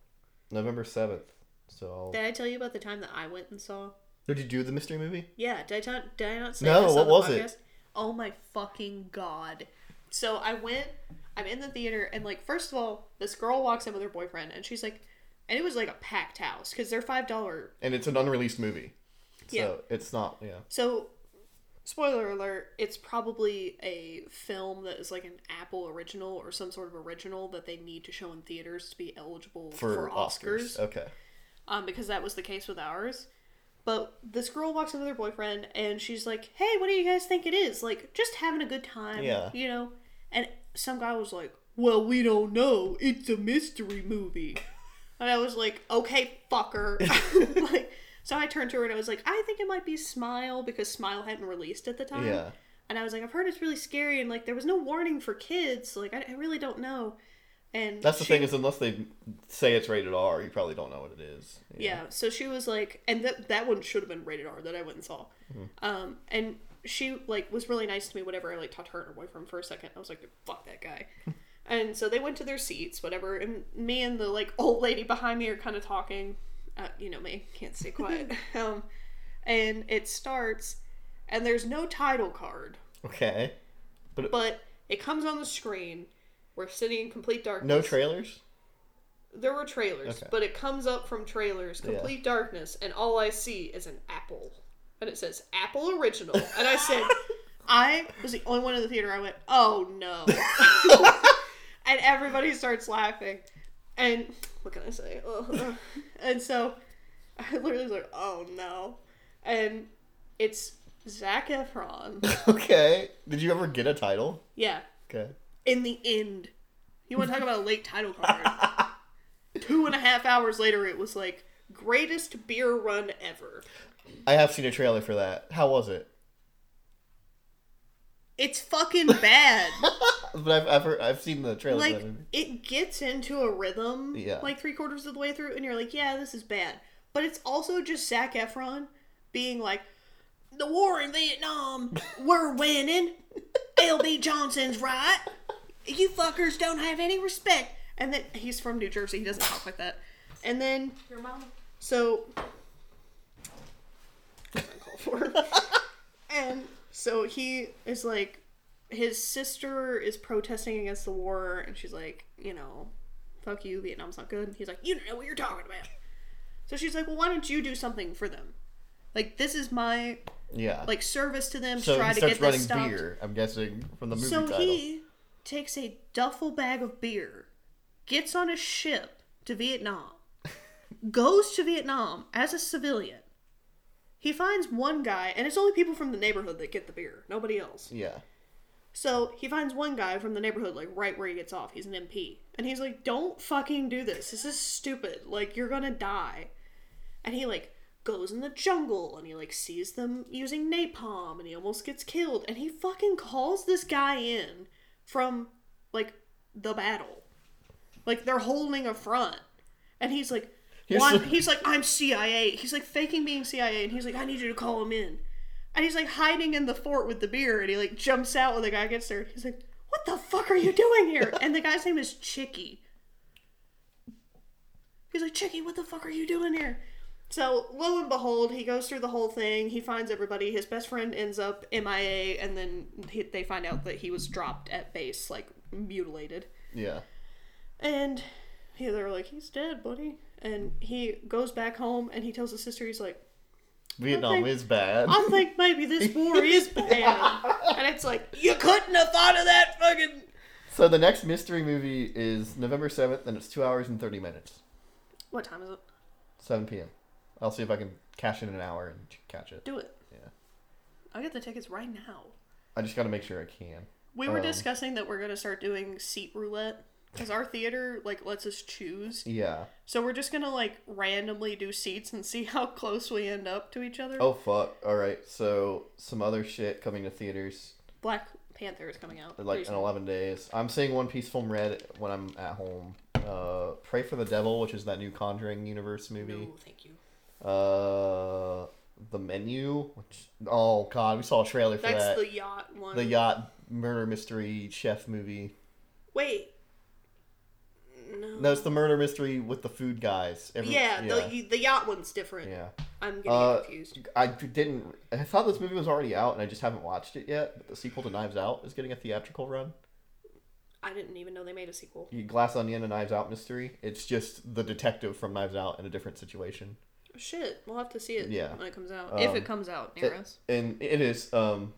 S1: November seventh. So. I'll...
S2: Did I tell you about the time that I went and saw?
S1: Did you do the mystery movie?
S2: Yeah, did I, tell, did I not say
S1: No,
S2: this on
S1: what
S2: the
S1: was it?
S2: podcast? Oh my fucking god. So I went, I'm in the theater, and like, first of all, this girl walks in with her boyfriend, and she's like, and it was like a packed house because they're $5.
S1: And it's an unreleased movie. So
S2: Yeah.
S1: it's not. Yeah.
S2: So, spoiler alert, it's probably a film that is like an Apple original or some sort of original that they need to show in theaters to be eligible
S1: For,
S2: for, Oscars.
S1: Oscars. Okay.
S2: um, because that was the case with ours. But this girl walks in with her boyfriend, and she's like, "Hey, what do you guys think it is? Like, just having a good time,
S1: Yeah.
S2: you know?" And some guy was like, "Well, we don't know. It's a mystery movie." and I was like, "Okay, fucker." like, so I turned to her and I was like, "I think it might be Smile because Smile hadn't released at the time."
S1: Yeah.
S2: And I was like, "I've heard it's really scary, and like, there was no warning for kids. So, like, I, I really don't know." And
S1: That's the
S2: she-
S1: thing is unless they say it's rated R, you probably don't know what it is.
S2: Yeah. So she was like, and that that one should have been rated R that I went and saw. Um, and she like was really nice to me. Whatever. I like talked to her and her boyfriend for a second. I was like, fuck that guy. and so they went to their seats, whatever. And me and the like old lady behind me are kind of talking. Uh, you know me, can't stay quiet. um, and it starts, and there's no title card,
S1: Okay.
S2: but it comes on the screen. We're sitting in complete darkness.
S1: No trailers?
S2: There were trailers,
S1: Okay.
S2: but it comes up from trailers,
S1: Yeah.
S2: complete darkness, and all I see is an apple. And it says Apple Original. And I said, I was the only one in the theater. I went, oh no. and everybody starts laughing. And what can I say? Ugh. and so I literally was like, oh no. And it's Zach Efron.
S1: okay. Did you ever get a title?
S2: Yeah,
S1: Okay.
S2: in the end. You want to talk about a late title card? Two and a half hours later, it was like greatest beer run ever.
S1: I have seen a trailer for that. How was it?
S2: It's fucking bad.
S1: But I've I've, heard, I've seen the trailer. for
S2: like
S1: that movie.
S2: it gets into a rhythm,
S1: Yeah.
S2: like three quarters of the way through, and you're like, yeah, this is bad. But it's also just Zac Efron being like, the war in Vietnam, we're winning. LB Johnson's right. You fuckers don't have any respect. And then he's from New Jersey. He doesn't talk like that. And then
S6: Your mom.
S2: So uncalled for. and so he is like his sister is protesting against the war and she's like, you know, fuck you, Vietnam's not good. And he's like, You don't know what you're talking about. So she's like, Well, why don't you do something for them? Like this is my
S1: yeah.
S2: like service to them
S1: so
S2: to try
S1: he
S2: to get
S1: starts
S2: this
S1: running
S2: stopped.
S1: beer. I'm guessing from the movie
S2: So
S1: title.
S2: he takes a duffel bag of beer, gets on a ship to Vietnam, goes to Vietnam as a civilian. He finds one guy, and it's only people from the neighborhood that get the beer, nobody else.
S1: Yeah.
S2: So he finds one guy from the neighborhood, like right where he gets off. He's an MP. And he's like, don't fucking do this. This is stupid. Like, you're gonna die. and he like goes in the jungle and he like sees them using napalm and he almost gets killed and he fucking calls this guy in from like the battle. Like they're holding a front. And he's like
S1: Here's
S2: one,
S1: the-
S2: he's like I'm CIA. He's like faking being CIA and he's like I need you to call him in. And he's like hiding in the fort with the beer and he like jumps out when the guy gets there. He's like what the fuck are you doing here? And the guy's name is Chicky. He's like, Chicky, what the fuck are you doing here? So lo and behold, he goes through the whole thing. He finds everybody. His best friend ends up MIA, and then he, they find out that he was dropped at base, like mutilated.
S1: Yeah.
S2: And yeah, they're like, he's dead, buddy. And he goes back home, and he tells his sister, he's like,
S1: Vietnam
S2: Okay. Um,
S1: is bad.
S2: I think maybe this war is bad. and it's like, you couldn't have thought of that fucking.
S1: So the next mystery movie is November 7th, and it's two hours and 30 minutes.
S2: What time is it?
S1: 7 p.m. I'll see if I can cash in an hour and catch it.
S2: Do it.
S1: Yeah.
S2: I'll get the tickets right now.
S1: I just gotta make sure I can.
S2: We were
S1: Um,
S2: discussing that we're gonna start doing seat roulette because our theater like lets us choose.
S1: Yeah.
S2: So we're just gonna like randomly do seats and see how close we end up to each other.
S1: Oh, fuck. Alright, so some other shit coming to theaters
S2: Black Panther is coming out.
S1: in, like
S2: pretty
S1: in
S2: soon.
S1: 11 days. I'm seeing One Piece Film Red when I'm at home. Uh, Pray for the Devil, which is that new Conjuring Universe movie.
S2: No, thank you.
S1: Uh, The Menu, which. Oh, God, we saw a trailer for
S2: That's
S1: that.
S2: the yacht one.
S1: the yacht murder mystery chef movie.
S2: Wait. No.
S1: No, it's the murder mystery with the food guys. Every-
S2: yeah, the the yacht one's different.
S1: yeah.
S2: I'm getting
S1: Uh,
S2: confused.
S1: I didn't. I thought this movie was already out, and I just haven't watched it yet. But the sequel to Knives Out is getting a theatrical run.
S2: I didn't even know they made a sequel.
S1: Glass Onion and Knives Out mystery. It's just the detective from Knives Out in a different situation.
S2: Shit, we'll have to see it
S1: Yeah.
S2: when it comes out. if
S1: Um,
S2: it comes out near
S1: it-
S2: us.
S1: And it is. Um,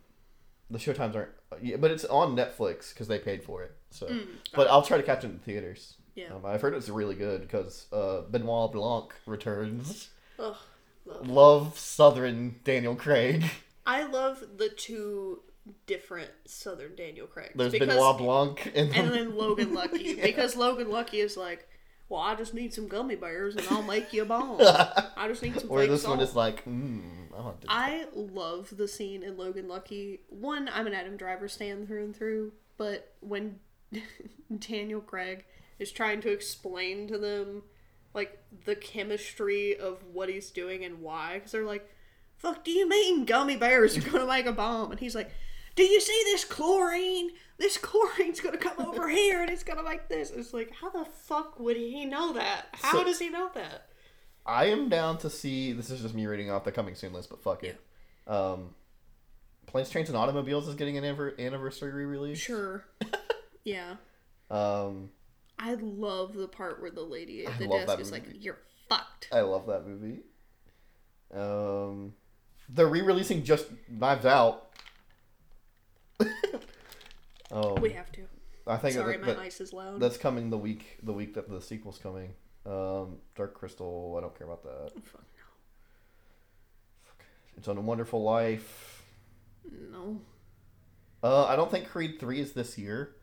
S1: the showtimes aren't. Yeah, but it's on Netflix because they paid for it. So, but I'll try to catch it in theaters.
S2: Yeah.
S1: Um, I've heard it's really good because uh, Benoit Blanc returns.
S2: Ugh, love.
S1: love Southern Daniel Craig.
S2: I love the two different Southern Daniel Craig.
S1: There's Benoit Blanc and,
S2: and then Logan Lucky because Logan Lucky is like, well, I just need some gummy bears and I'll make you a bomb. I just need some.
S1: or
S2: fake
S1: this one
S2: salt."
S1: is like, mm, I want to.
S2: I love the scene in Logan Lucky. One, I'm an Adam Driver stand through and through, but when Daniel Craig is trying to explain to them like the chemistry of what he's doing and why, because they're like, "Fuck, do you mean gummy bears are gonna make a bomb?" And he's like, "Do you see this chlorine? This chlorine's gonna come over here and it's gonna make this." It's like, how the fuck would he know that? How
S1: So-
S2: does he know that?
S1: I am down to see. This is just me reading off the coming soon list, but fuck it. Um, Planes, Trains, and Automobiles is getting an anver- anniversary release.
S2: Sure. yeah.
S1: Um,
S2: I love the part where the lady at
S1: I
S2: the
S1: love
S2: desk
S1: that
S2: is like,
S1: movie.
S2: "You're fucked."
S1: I love that movie. Um, they're re-releasing just Knives Out. um,
S2: We have to.
S1: I think
S2: Sorry,
S1: that-
S2: my
S1: that-
S2: ice is loud.
S1: That's coming the week the week that the sequel's coming. Um, Dark Crystal. I don't care about that.
S2: Oh, Fuck
S1: It's on a Wonderful Life.
S2: no.
S1: Uh, I don't think Creed three is this year,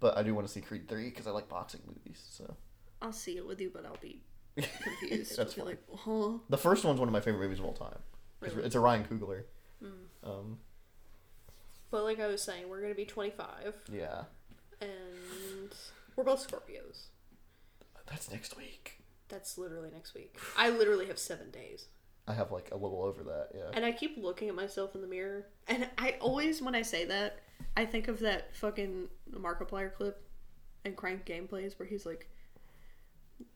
S1: but I do want to see Creed three because I like boxing movies. So
S2: I'll see it with you, but I'll be confused.
S1: That's
S2: I'll be like, huh?
S1: the first one's one of my favorite movies of all time. It's,
S2: Really? Mm.
S1: it's a Ryan Coogler. Um,
S2: But like I was saying, we're gonna be 25,
S1: yeah,
S2: and we're both Scorpios.
S1: that's next week.
S2: That's literally next week. I literally have seven days,
S1: I have like a little over that. Yeah.
S2: and I keep looking at myself in the mirror, and I always, when I say that, I think of that fucking Markiplier clip and Crank gameplays where he's like,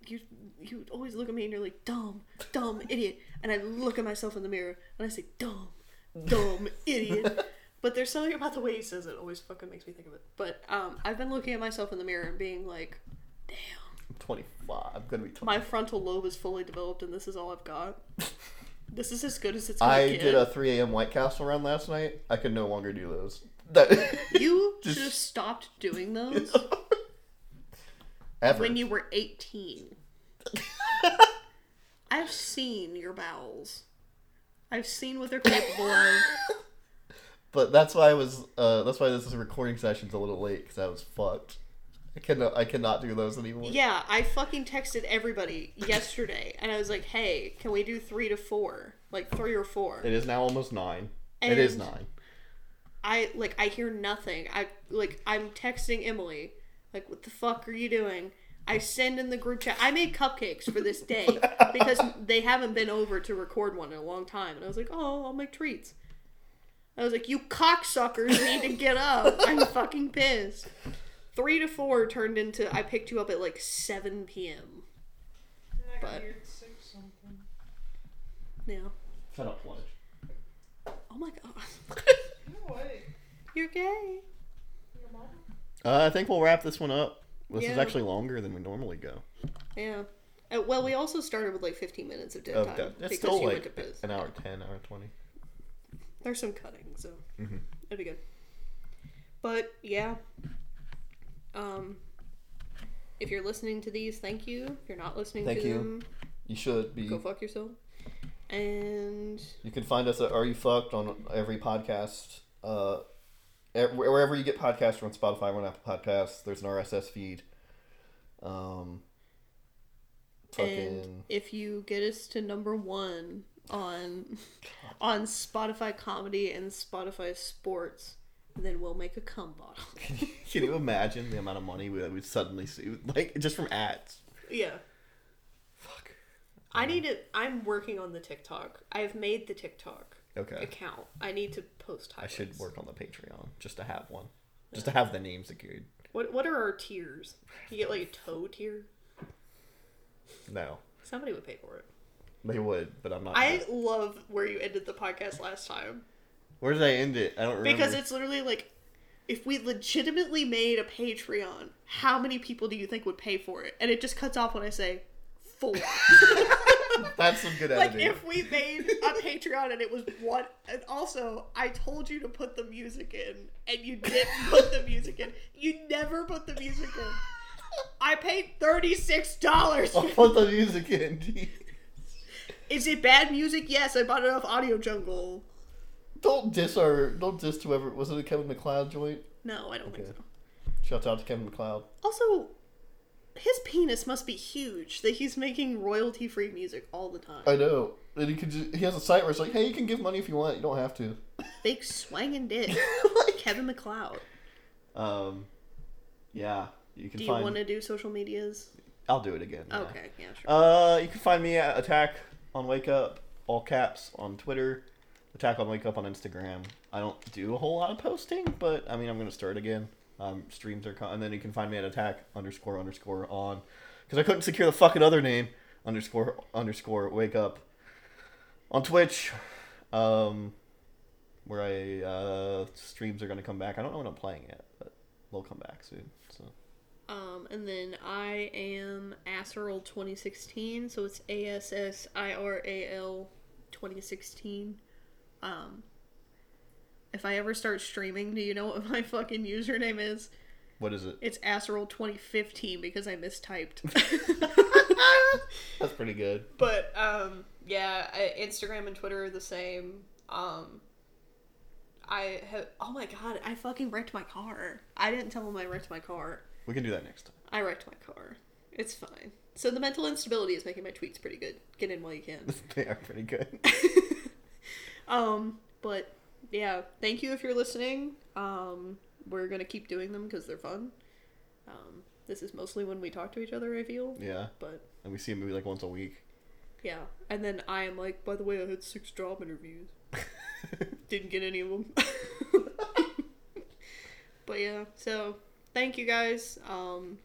S2: you you always look at me and you're like dumb dumb idiot and i look at myself in the mirror and i say dumb dumb idiot but there's something about the way he says it always fucking makes me think of it but um i've been looking at myself in the mirror and being like damn
S1: I'm 25. I'm gonna be 20.
S2: my frontal lobe is fully developed and this is all i've got this is as good as it's gonna
S1: I
S2: get
S1: did a 3 a.m. White Castle run last night. I can no longer do those. That
S2: you
S1: just-
S2: should have stopped doing those
S1: ever.
S2: when you were 18 i've seen your bowels i've seen what they're capable of
S1: But that's why I was. Uh, that's why this recording session's a little late because I was fucked. I I cannot. I cannot do those anymore.
S2: Yeah, I fucking texted everybody yesterday, and I was like, "Hey, can we do three to four? Like three or four?
S1: It is now almost nine. it is
S2: And-
S1: nine.
S2: I like I hear nothing. I like I'm texting Emily, like, "What the fuck are you doing?" I send in the group chat. I made cupcakes for this day because they haven't been over to record one in a long time, and I was like, "Oh, I'll make treats." I was like, "You cocksuckers need to get up! I'm fucking pissed." Three to four turned into I picked you up at like seven p.m.
S3: I
S2: But-
S3: hear six something.
S2: Yeah.
S1: Shut up, Plunge.
S2: Oh my god.
S3: No way.
S2: You're gay.
S3: Your mom?
S1: Uh, I think we'll wrap this one up. This is
S2: Yeah.
S1: actually longer than we normally go.
S2: Yeah. Uh, well, we also started with like 15 minutes of dead
S1: Of
S2: time
S1: Oh, that-
S2: because
S1: It's still
S2: you
S1: like
S2: went to piss.
S1: an hour ten, hour twenty.
S2: There's some cutting, so
S1: Mhm.
S2: it'd be good. But yeah. Um. If you're listening to these, thank you. If you're not listening
S1: Thank
S2: to
S1: you. Mm-hmm.
S2: them,
S1: You should be.
S2: go fuck yourself. And
S1: You can find us at Are You Fucked on every podcast. Uh, e- wherever you get podcasts, we're on Spotify, we're on Apple Podcasts. There's an RSS feed. Um,
S2: and
S1: fucking
S2: if you get us to number one on on Spotify comedy and Spotify sports, then we'll make a cum bottle.
S1: can you imagine the amount of money we would suddenly see, like just from ads?
S2: yeah.
S1: Fuck.
S2: I
S1: Mm-hmm.
S2: need to. I'm working on the TikTok. I have made the TikTok
S1: Okay.
S2: account. I need to post.
S1: I
S2: Highlights.
S1: should work on the Patreon just to have one, just to have the name secured.
S2: What What are our tiers? You get like a toe tier.
S1: No,
S2: Somebody would pay for it.
S1: they would, but I'm not.
S2: I love where you ended the podcast last time
S1: Where did I end it? I don't remember.
S2: because it's literally like, if we legitimately made a Patreon, how many people do you think would pay for it? And it just cuts off when I say four.
S1: that's some good
S2: like
S1: editing.
S2: if we made a Patreon and it was one, and also I told you to put the music in, and you didn't put the music in. You never put the music in. I paid thirty six dollars.
S1: I'll put the music in.
S2: Is it bad music? Yes, I bought it off Audio Jungle.
S1: Don't diss our. Don't diss whoever. Was it a Kevin McLeod joint?
S2: No, I don't think
S1: Okay.
S2: so.
S1: Shout out to Kevin McLeod.
S2: Also, his penis must be huge that he's making royalty free music all the time.
S1: I know. And he could. Just, he has a site where it's like, hey, you can give money if you want. You don't have to.
S2: Big swangin' dick.
S1: like,
S2: Kevin McLeod.
S1: um, yeah. You can
S2: Do you
S1: find.
S2: want to do social medias?
S1: I'll do it again. yeah.
S2: Okay, yeah, sure.
S1: Uh, you can find me at Attack on Wake Up, all caps on Twitter. Attack on Wake Up on Instagram. I don't do a whole lot of posting, but I mean, I'm gonna start again. Um, streams are con- and then you can find me at Attack underscore underscore on, because I couldn't secure the fucking other name underscore underscore Wake Up on Twitch, um, where I uh, streams are gonna come back. I don't know when I'm playing yet, but they'll come back soon. So
S2: Um, and then I am Asseral 2016, so it's A S S I R A L 2016. Um, if I ever start streaming, do you know what my fucking username is?
S1: what is it?
S2: It's Asseral 2015 because I mistyped.
S1: That's pretty good.
S2: but um, yeah, I, Instagram and Twitter are the same. Um, I have. Oh my god, I fucking wrecked my car. I didn't tell them I wrecked my car.
S1: We can do that next time.
S2: I wrecked my car. It's fine. So the mental instability is making my tweets pretty good. Get in while you can.
S1: they are pretty good.
S2: um, but yeah, thank you if you're listening. Um, we're gonna keep doing them because they're fun. Um, this is mostly when we talk to each other. I feel,
S1: Yeah,
S2: but
S1: and we see a movie like once a week.
S2: yeah. And then I am like, by the way, I had six job interviews. Didn't get any of them. but yeah, so thank you guys. Um,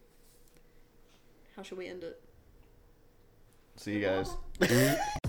S2: how should we end it?
S1: see you guys.